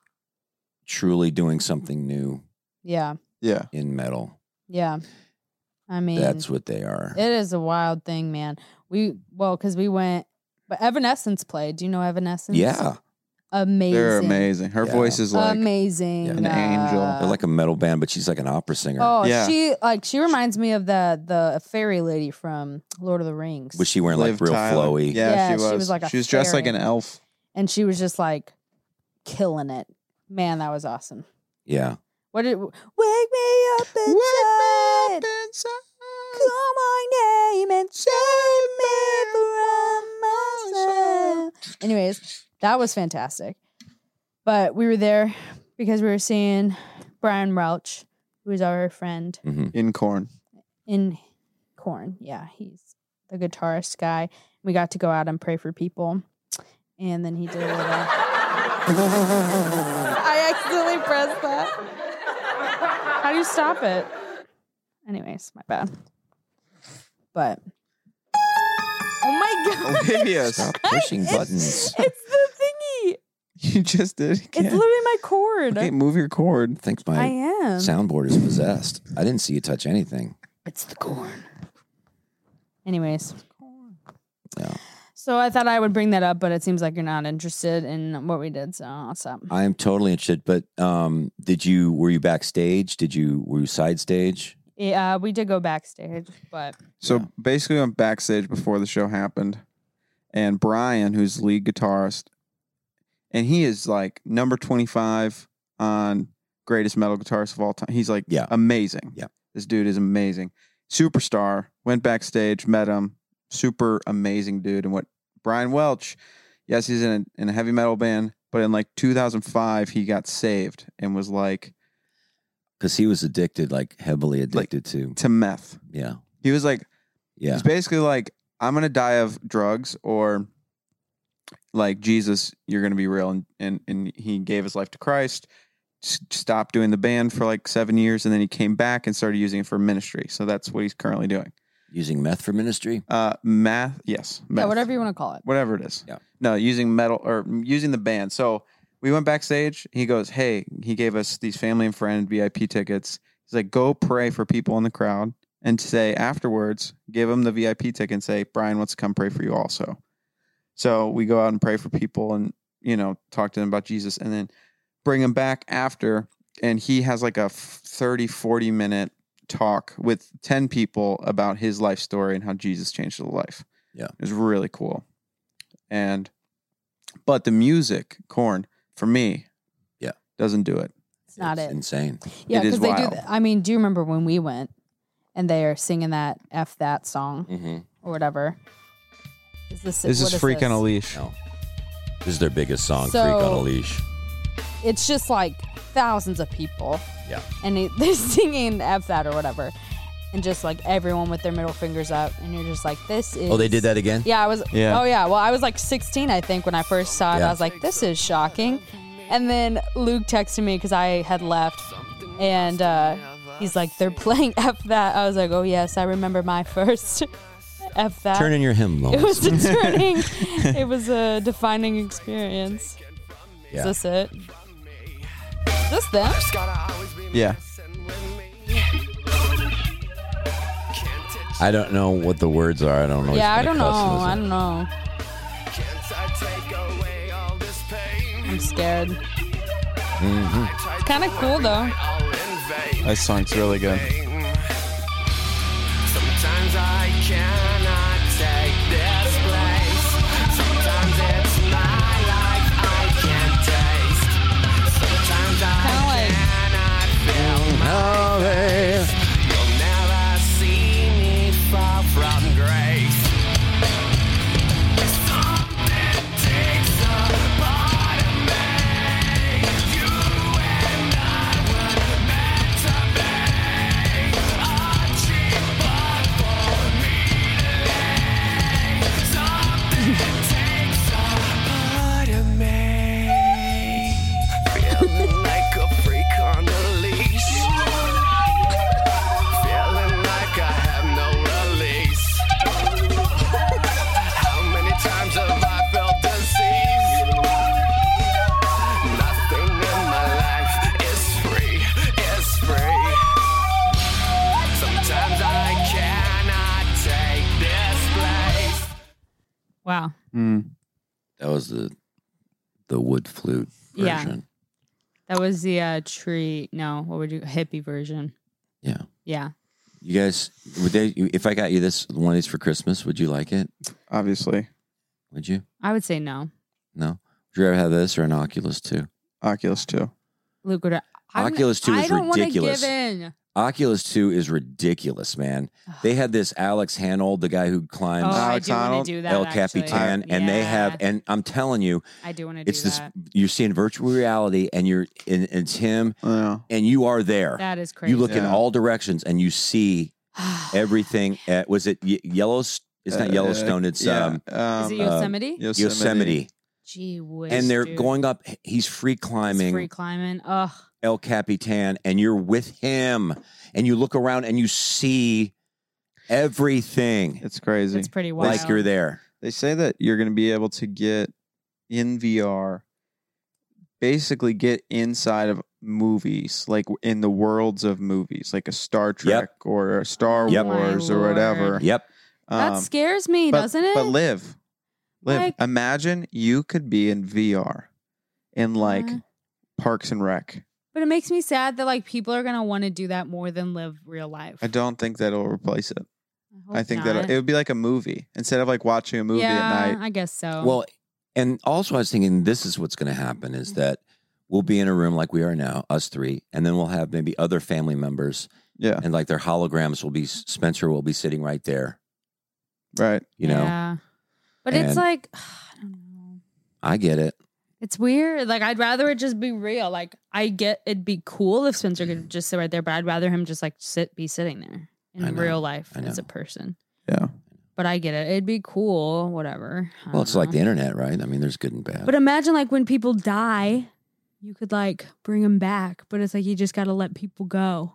A: truly doing something new
I: yeah,
F: yeah.
A: in metal.
I: yeah. I mean,
A: That's what they are.
I: it is a wild thing, man. We well, because we went, but Evanescence played. Do you know Evanescence?
A: yeah,
I: amazing.
F: They're amazing. Her
A: Yeah.
F: voice is like
I: amazing.
A: Yeah.
F: an angel.
A: they're like a metal band, but she's like an opera singer.
I: Oh,
F: Yeah.
I: she like she reminds me of the the fairy lady from Lord of the Rings.
A: was she wearing
F: Liv
A: like real
F: Tyler.
A: flowy?
F: Yeah,
I: Yeah,
F: she was. She was, like
I: a
F: she was dressed like an
I: fairy.
F: elf.
I: and she was just like killing it. Man, that was awesome.
A: yeah.
I: What did wake me up inside? Call my name and save me from myself. Anyways, that was fantastic. But we were there because we were seeing Brian Rouch, who is our friend
A: hmm
F: In corn.
I: in Corn. Yeah, he's the guitarist guy. We got to go out and pray for people. And then he did a little. I accidentally pressed that. How do you stop it? Anyways, my bad. But. Oh my God.
F: Olivia's.
A: Stop pushing buttons.
I: It's the thingy.
F: you just did. It
I: It's
F: again.
I: literally my cord.
F: Okay, move your cord.
A: I think
I: I
A: my
I: am.
A: soundboard is possessed. I didn't see you touch anything.
I: It's the corn.
C: Anyways. So I thought I would bring that up, but it seems like you're not interested in what we did. So what's up?
A: I am totally interested. But um, did you were you backstage? Did you were you side stage?
C: Yeah, Eh, uh, we did go backstage, but
F: So basically, I'm backstage before the show happened, and Brian, who's lead guitarist, and he is like number 25 on greatest metal guitarist of all time. He's like
A: Yeah.
F: amazing.
A: Yeah.
F: This dude is amazing. Superstar. Went backstage, met him. Super amazing dude. And what Brian Welch, yes, he's in a, in a heavy metal band, but in like 2005, he got saved and was like
A: Because he was addicted, like heavily addicted to.
F: to meth.
A: Yeah,
F: He was like,
A: yeah,
F: It's basically like I'm gonna die of drugs or like Jesus, you're gonna be real, and and, and he gave his life to Christ. s- Stopped doing the band for like seven years, and then he came back and started using it for ministry. So that's what he's currently doing.
A: using meth for ministry.
F: Uh, math, yes,
C: yeah,
F: meth
C: whatever you want to call it.
F: whatever it is.
A: Yeah.
F: No, using metal or using the band. So we went backstage. He goes, Hey, he gave us these family and friend VIP tickets. He's like, Go pray for people in the crowd and say afterwards, give them the VIP ticket and say, Brian wants to come pray for you also. So we go out and pray for people and, you know, talk to them about Jesus and then bring him back after. And he has like a f- 30, 40 minute talk with 10 people about his life story and how Jesus changed his life.
A: Yeah.
F: It was really cool and but the music corn for me
A: Yeah.
F: doesn't do it
C: It's not it.
A: Insane.
C: Yeah,
F: it is
C: because they do.
F: wild.
C: th- I mean, do you remember when we went and they are singing that "F that" song
A: Mm-hmm.
C: or whatever? Is this
F: this
C: what
F: is freak on a leash
A: No, this is their biggest song,
C: So-
A: "Freak on a Leash."
C: It's just like thousands of people,
A: Yeah,
C: and they- they're singing "F that" or whatever, and just like everyone with their middle fingers up, and you're just like, "This is."
A: Oh, they did that again?
C: Yeah, I was.
F: Yeah.
C: Oh yeah. Well, I was like 16, I think, when I first saw it.
A: Yeah.
C: I was like, "This is shocking," and then Luke texted me because I had left, and uh, he's like, "They're playing F that." I was like, "Oh yes, I remember my first F that."
A: turn in your hymn,
C: it
A: Lawrence.
C: was a turning. it was a defining experience.
A: Yeah.
C: Is this it? Is this them?
F: yeah
A: I don't know what the words are. I don't know.
C: Yeah, I
A: Oh,
C: don't
A: It's gonna
C: know.
A: cuss and
C: I
A: isn't.
C: don't know. I'm scared.
A: Mm-hmm.
C: It's kind of cool though.
F: that song's really good
B: Sometimes I cannot take this place. Sometimes it's my life I can't taste. Sometimes I
C: Kind of like
B: cannot feel my face. You'll never see me far from grace. Something takes a part of me. You and I were meant to be. A cheap part for me today. Something takes a part of me. Feeling like a freak on a leash. Feeling like I have no release. How many times have I felt deceived? Nothing in my life is free, is free. Sometimes I cannot take this place.
C: wow.
F: Mm.
A: That was the the wood flute
C: Yeah.
A: version.
C: That was the uh, tree. No, what would you hippie version?
A: Yeah.
C: Yeah.
A: You guys, would they? If I got you this one of these for Christmas, would you like it?
F: obviously
A: Would you?
C: I would say no.
A: No. Would you rather have this or an Oculus Two?
F: oculus too
C: Luke would.
A: Oculus 2
C: I
A: is
C: don't wanna
A: ridiculous.
C: give in.
A: Oculus Two is ridiculous, man. They had this Alex Hanold, the guy who
C: Oh,
A: climbs
C: I
F: Alex
C: do want
F: Honnold,
C: to do that.
A: El
C: actually.
A: Capitan, and they have,
C: Yeah,
A: and I'm telling you,
C: I do want to do
A: it's this.
C: that.
A: You're seeing virtual reality, and you're, and it's him,
F: yeah
A: and you are there.
C: That is crazy.
A: you look in
F: Yeah.
A: all directions, and you see everything. At, was it Ye- Yellow? It's not
F: Uh,
A: Yellowstone. It's
F: yeah,
A: um,
C: Is it
F: um,
C: Yosemite?
F: Yosemite.
A: Yosemite,
C: Gee whiz.
A: and they're
C: dude.
A: going up. He's free
C: It's
A: climbing.
C: Free climbing. Ugh.
A: El Capitan and you're with him and you look around and you see everything
F: it's crazy
C: It's pretty wild.
A: like you're there.
F: they say that you're going to be able to get in vr basically get inside of movies like in the worlds of movies like a star trek or a star
A: Yep.
C: My
F: wars or whatever Um,
C: lord.
A: Yep.
I: That scares me,
F: but-
I: doesn't it?
F: But live, live.
I: Like-
F: Imagine you could be in VR, in like
I: Uh-huh.
F: Parks and Rec.
I: But it makes me sad that like people are gonna want to do that more than live real life.
F: I don't think that'll replace it. I, think
I: not.
F: that it would be like a movie instead of like watching a movie
I: yeah,
F: at night.
I: I guess so.
A: Well, and also I was thinking this is what's going to happen is
I: Mm-hmm.
A: that we'll be in a room like we are now, us three, and then we'll have maybe other family members.
F: Yeah.
A: And like their holograms will be Spencer will be sitting right there.
F: Right.
A: You know,
I: yeah. But it's
A: and-
I: like
A: I get it.
I: it's weird. Like I'd rather it just be real. Like I get it'd be cool if Spencer could just sit right there, but I'd rather him just like sit be sitting there in
A: I know,
I: real life
A: I
I: as a
A: know.
I: person.
F: Yeah.
I: But I get it. It'd be cool, whatever. I
A: Well, it's
I: don't
A: like the
I: know.
A: internet, right? I mean, there's good and bad.
I: Uh-huh. But imagine like when people die, you could like bring them back, but it's like you just got to let people go.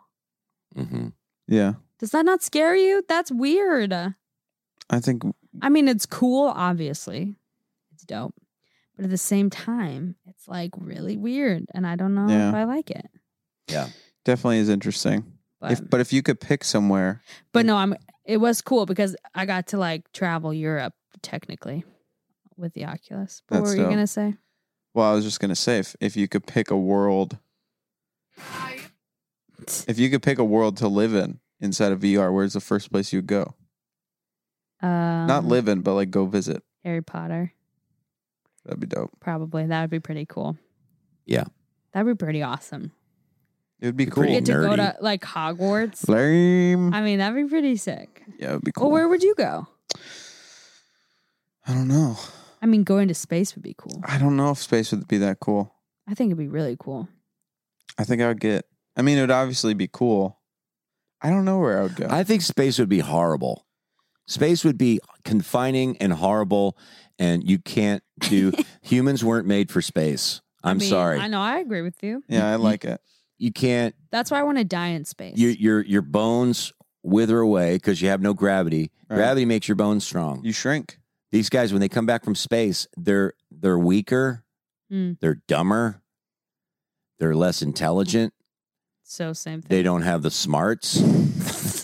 A: mm-hmm.
F: Yeah.
I: Does that not scare you? That's weird.
F: I think
I: I mean, it's cool, obviously. It's dope. But at the same time, it's like really weird. And I don't know
F: Yeah.
I: if I like it.
F: definitely is interesting.
I: But,
F: if but if you could pick somewhere,
I: but no, I'm it was cool because I got to like travel Europe technically with the Oculus. But what
F: That's
I: were you
F: dope.
I: gonna say?
F: well, I was just gonna say if, if you could pick a world, if you could pick a world to live in inside of VR, where's the first place you'd go?
I: Um,
F: Not live in, but like go visit.
I: Harry Potter.
F: That'd be dope.
I: Probably. That would be pretty cool.
A: Yeah.
I: That'd be pretty awesome.
F: It would be
A: Be
F: cool.
A: pretty
I: Get to go to
A: nerdy.
I: like Hogwarts.
F: Lame.
I: I mean, that'd be pretty sick.
F: Yeah, it'd be
I: Well,
F: cool.
I: where would you go?
F: I don't know.
I: I mean, going to space would be cool.
F: I don't know if space would be that cool.
I: I think it'd be really cool.
F: I think I would get. I mean, it would obviously be cool. I don't know where I would go.
A: I think space would be horrible. Space would be confining and horrible, and you can't do. humans weren't made for space. I'm
I: I mean,
A: sorry.
I: I know. I agree with you.
F: yeah, I like it.
A: you can't.
I: That's why I want to die in space.
A: Your your your bones wither away because you have no gravity.
F: Right.
A: Gravity makes your bones strong.
F: You shrink.
A: These guys, when they come back from space, they're they're weaker.
I: Mm.
A: They're dumber. They're less intelligent.
I: so same thing.
A: They don't have the smarts.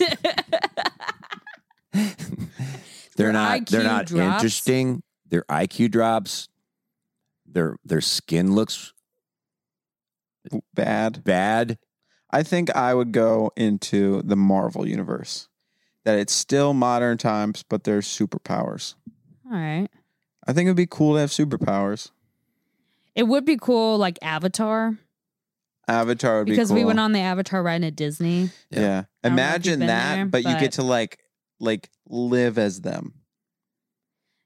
I: Their
A: They're not. they're
I: IQ
A: not
I: drops.
A: interesting. Their IQ drops. Their their skin looks
F: Bad.
A: bad.
F: I think I would go into the Marvel universe. That it's still modern times, but there's superpowers.
I: All right.
F: I think it'd be cool to have superpowers.
I: It would be cool, like Avatar,
F: Avatar would be
I: because
F: cool.
I: we went on the Avatar ride at Disney.
F: Yeah.
I: I don't know if you've
F: Imagine
I: been
F: that,
I: there,
F: but, you
I: but-
F: get to like like live as them.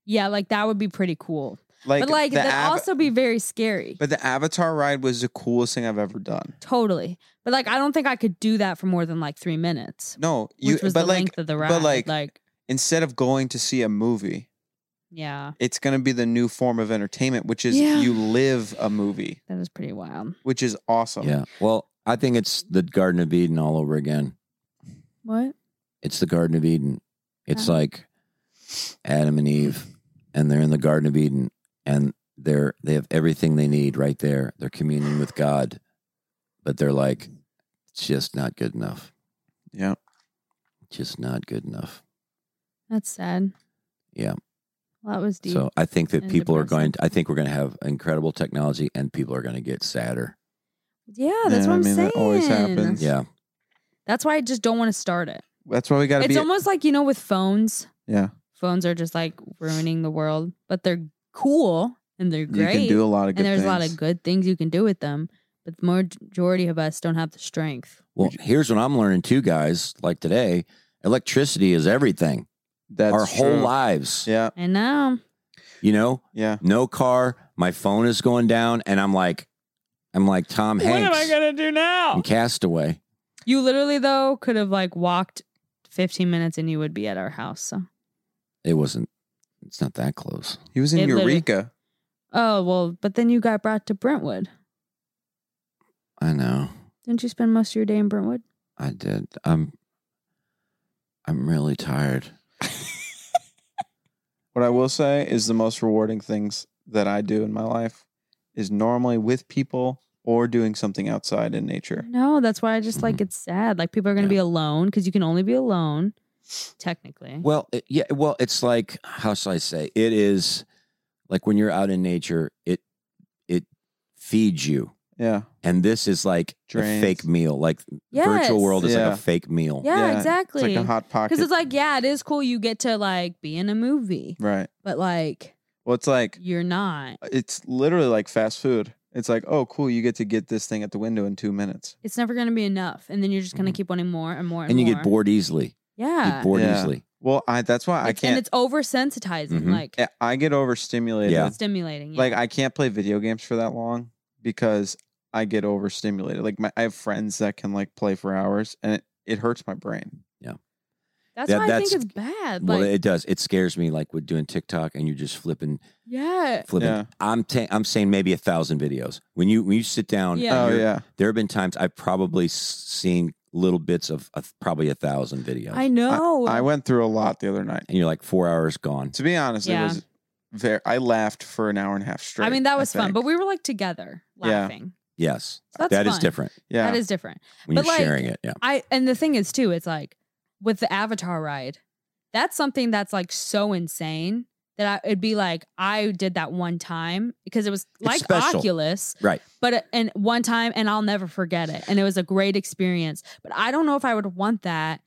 I: Yeah, like that would be pretty cool.
F: Like,
I: but like
F: the
I: that'd
F: Ava-
I: also be very scary.
F: But the Avatar ride was the coolest thing I've ever done.
I: totally. But like I don't think I could do that for more than like three minutes.
F: No, you
I: which was
F: but
I: the
F: like
I: length of the ride.
F: but like,
I: like
F: instead of going to see a movie,
I: yeah.
F: it's going to be the new form of entertainment, which is
I: Yeah.
F: you live a movie,
I: That is pretty wild.
F: which is awesome.
A: Yeah. Well, I think it's the Garden of Eden all over again.
I: What?
A: It's the Garden of Eden. It's like Adam and Eve, and they're in the Garden of Eden, and they're they have everything they need right there. They're communing with God, but they're like, it's just not good enough.
F: Yeah.
A: Just not good enough.
I: That's sad.
A: Yeah.
I: Well, that was deep.
A: So I think that
I: and
A: people are
I: depressing.
A: going. To, I think we're going to have incredible technology, and people are going to get sadder.
I: yeah, that's
F: Yeah,
I: what
F: I
I: I'm
F: mean,
I: saying.
F: that always happens.
A: Yeah,
I: That's why I just don't want to start it.
F: That's why we got to
I: It's
F: be
I: almost like you know with phones.
F: Yeah.
I: Phones are just like ruining the world, but they're cool and they're
F: You
I: great.
F: can do a lot of good
I: and there's
F: things.
I: a lot of good things you can do with them, but the majority of us don't have the strength.
A: Well, here's what I'm learning too, guys. Like today, electricity is everything.
F: That's
A: Our whole
F: true.
A: lives.
F: Yeah.
I: I know.
A: You know,
F: Yeah.
A: no car. My phone is going down, and I'm like, I'm like Tom Hanks
I: gonna do now?
A: in Castaway.
I: You literally though could have like walked 15 minutes and you would be at our house. So.
A: It wasn't. It's not that close.
F: He was in
I: It literally-
F: Eureka.
I: Oh well, but then you got brought to Brentwood.
A: I know.
I: Didn't you spend most of your day in Brentwood?
A: I did. I'm. I'm really tired.
F: What I will say is the most rewarding things that I do in my life is normally with people or doing something outside in nature.
I: No, that's why I just like it's sad. Like people are gonna
A: Yeah.
I: be alone because you can only be alone. technically.
A: Well, it, yeah, well, it's like how shall I say? It is like when you're out in nature, it it feeds you,
F: Yeah.
A: and this is like a
F: Drains.
A: fake meal. Like
I: Yes.
A: virtual world is like
F: Yeah.
A: a fake meal.
I: Yeah,
F: It's
I: exactly.
F: like a hot pocket.
I: Because it's like, yeah, it is cool. You get to like be in a movie,
F: right.
I: but like
F: Well, it's like
I: you're not.
F: it's literally like fast food. It's like, oh, cool, you get to get this thing at the window in two minutes.
I: It's never going to be enough, and then you're just going to keep wanting more and more and,
A: and you
I: more.
A: get bored easily. You
I: Yeah,
A: get bored
F: Yeah.
A: easily.
F: Well, I that's why I
I: It's- and
F: can't.
I: it's oversensitizing,
A: Mhm.
I: like
F: I- I get overstimulated.
A: Yeah.
I: stimulating. yeah.
F: Like I can't play video games for that long because I get overstimulated. Like my, I have friends that can like play for hours, and it, it hurts my brain.
I: that's
A: that-
I: why I think
A: that's-
I: it's bad. Like,
A: Well, it does. It scares me, like with doing TikTok, and you're just flipping,
I: yeah,
A: flipping.
F: Yeah.
A: I'm ta- I'm saying maybe a thousand videos. When you when you sit down,
I: Yeah.
A: and
F: Oh
A: you're-
F: yeah,
A: there have been times I've probably s- seen little bits of, of probably a thousand videos,
I: I know.
F: I went through a lot the other night.
A: and you're like four hours gone.
F: To be honest, it
I: Yeah.
F: was very. I laughed for an hour and a half straight.
I: I mean, that was fun,
F: think.
I: but we were like together
F: Yeah.
I: laughing.
A: Yes,
I: So that's
A: that is
I: fun.
A: different
F: yeah,
I: That is different.
A: when
I: But,
A: you're
I: like,
A: sharing it. Yeah,
I: I and the thing is too, it's like with the Avatar ride, that's something that's like so insane that I, it'd be like I did that one time because it was like
A: special.
I: Oculus,
A: Right.
I: But it- and one time, and I'll never forget it, and it was a great experience. But I don't know if I would want that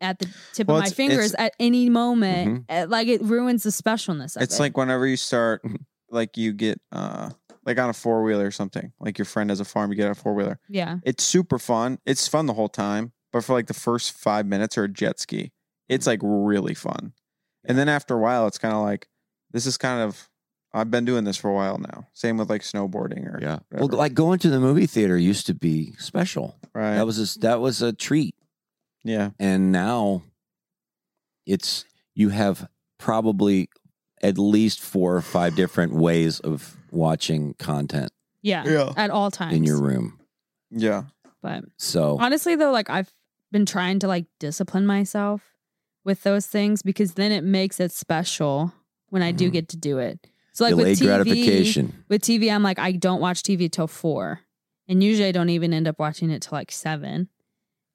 I: at the tip
F: Well,
I: of my
F: it's-
I: fingers
F: it's-
I: at any moment. Uh, Like it ruins the specialness of
F: it's
I: it.
F: like whenever you start, like you get uh like on a four wheeler or something. Like your friend has a farm, you get a four wheeler.
I: yeah,
F: It's super fun. It's fun the whole time, but for like the first five minutes or a jet ski, it's like really fun. And then after a while, it's kind of like this is kind of I've been doing this for a while now. Same with like snowboarding or
A: Well,
F: whatever.
A: like going to the movie theater used to be special.
F: right
A: That was a, s- that was a treat,
F: yeah
A: and now it's you have probably at least four or five different ways of watching content
I: yeah,
F: yeah
I: at all times
A: in your room.
F: yeah
I: But
A: So
I: Honestly, though, like I've been trying to like discipline myself with those things because then it makes it special when I do
A: Mhm.
I: get to do it. So like
A: delayed
I: with TV,
A: gratification.
I: with TV, I'm like I don't watch TV till four, and usually I don't even end up watching it till like seven,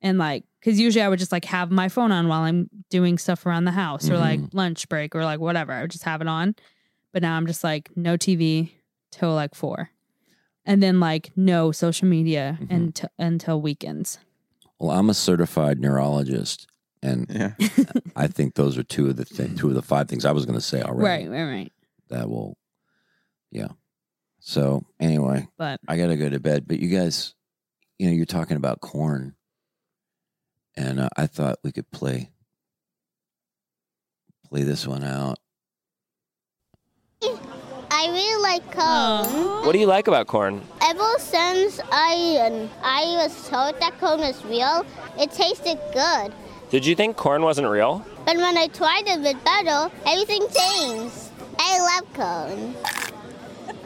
I: and like because usually I would just like have my phone on while I'm doing stuff around the house or like
A: Mm-hmm.
I: lunch break or like whatever. I would just have it on, but now I'm just like no TV till like four, and then like no social media
A: Mhm.
I: until until weekends.
A: Well, I'm a certified neurologist, and
F: yeah Mm.
A: I think those are two of the thi- two of the five things I was going to say already.
I: Right, right, right.
A: That will, yeah. So anyway,
I: But
A: I got to go to bed. But you guys, you know, you're talking about corn, and uh, I thought we could play play this one out.
M: I really like
I: Oh.
M: cone.
D: What do you like about corn?
M: Ever since I um, I was told that cone was real, it tasted good.
D: Did you think corn wasn't real?
M: But when I tried it with butter, everything changed. I love cone.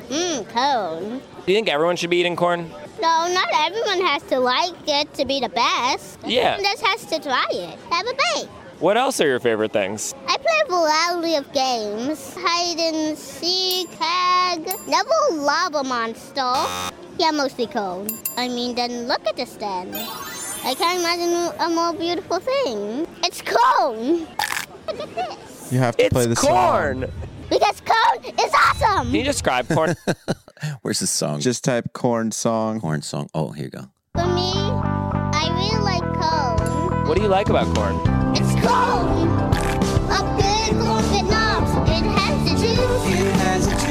M: Mmm, cone.
D: Do you think everyone should be eating corn?
M: No, not everyone has to like it to be the best.
D: Yeah.
M: Everyone just has to try it. Have a bake.
D: What else are your favorite things?
M: I play a variety of games. Hide and seek, tag, Neville Lava Monster. Yeah, mostly cone. I mean, then look at this then. I can't imagine a more beautiful thing. It's cone! Look at this.
F: you have to play the song.
D: corn.
M: Because cone is awesome!
D: Can you describe corn?
A: Where's the song?
F: Just type corn song.
A: corn song. Oh, here you go.
M: For me, I really like cone.
D: what do you like about corn?
M: It's cone! A big long knob. It has the juice. It has the juice.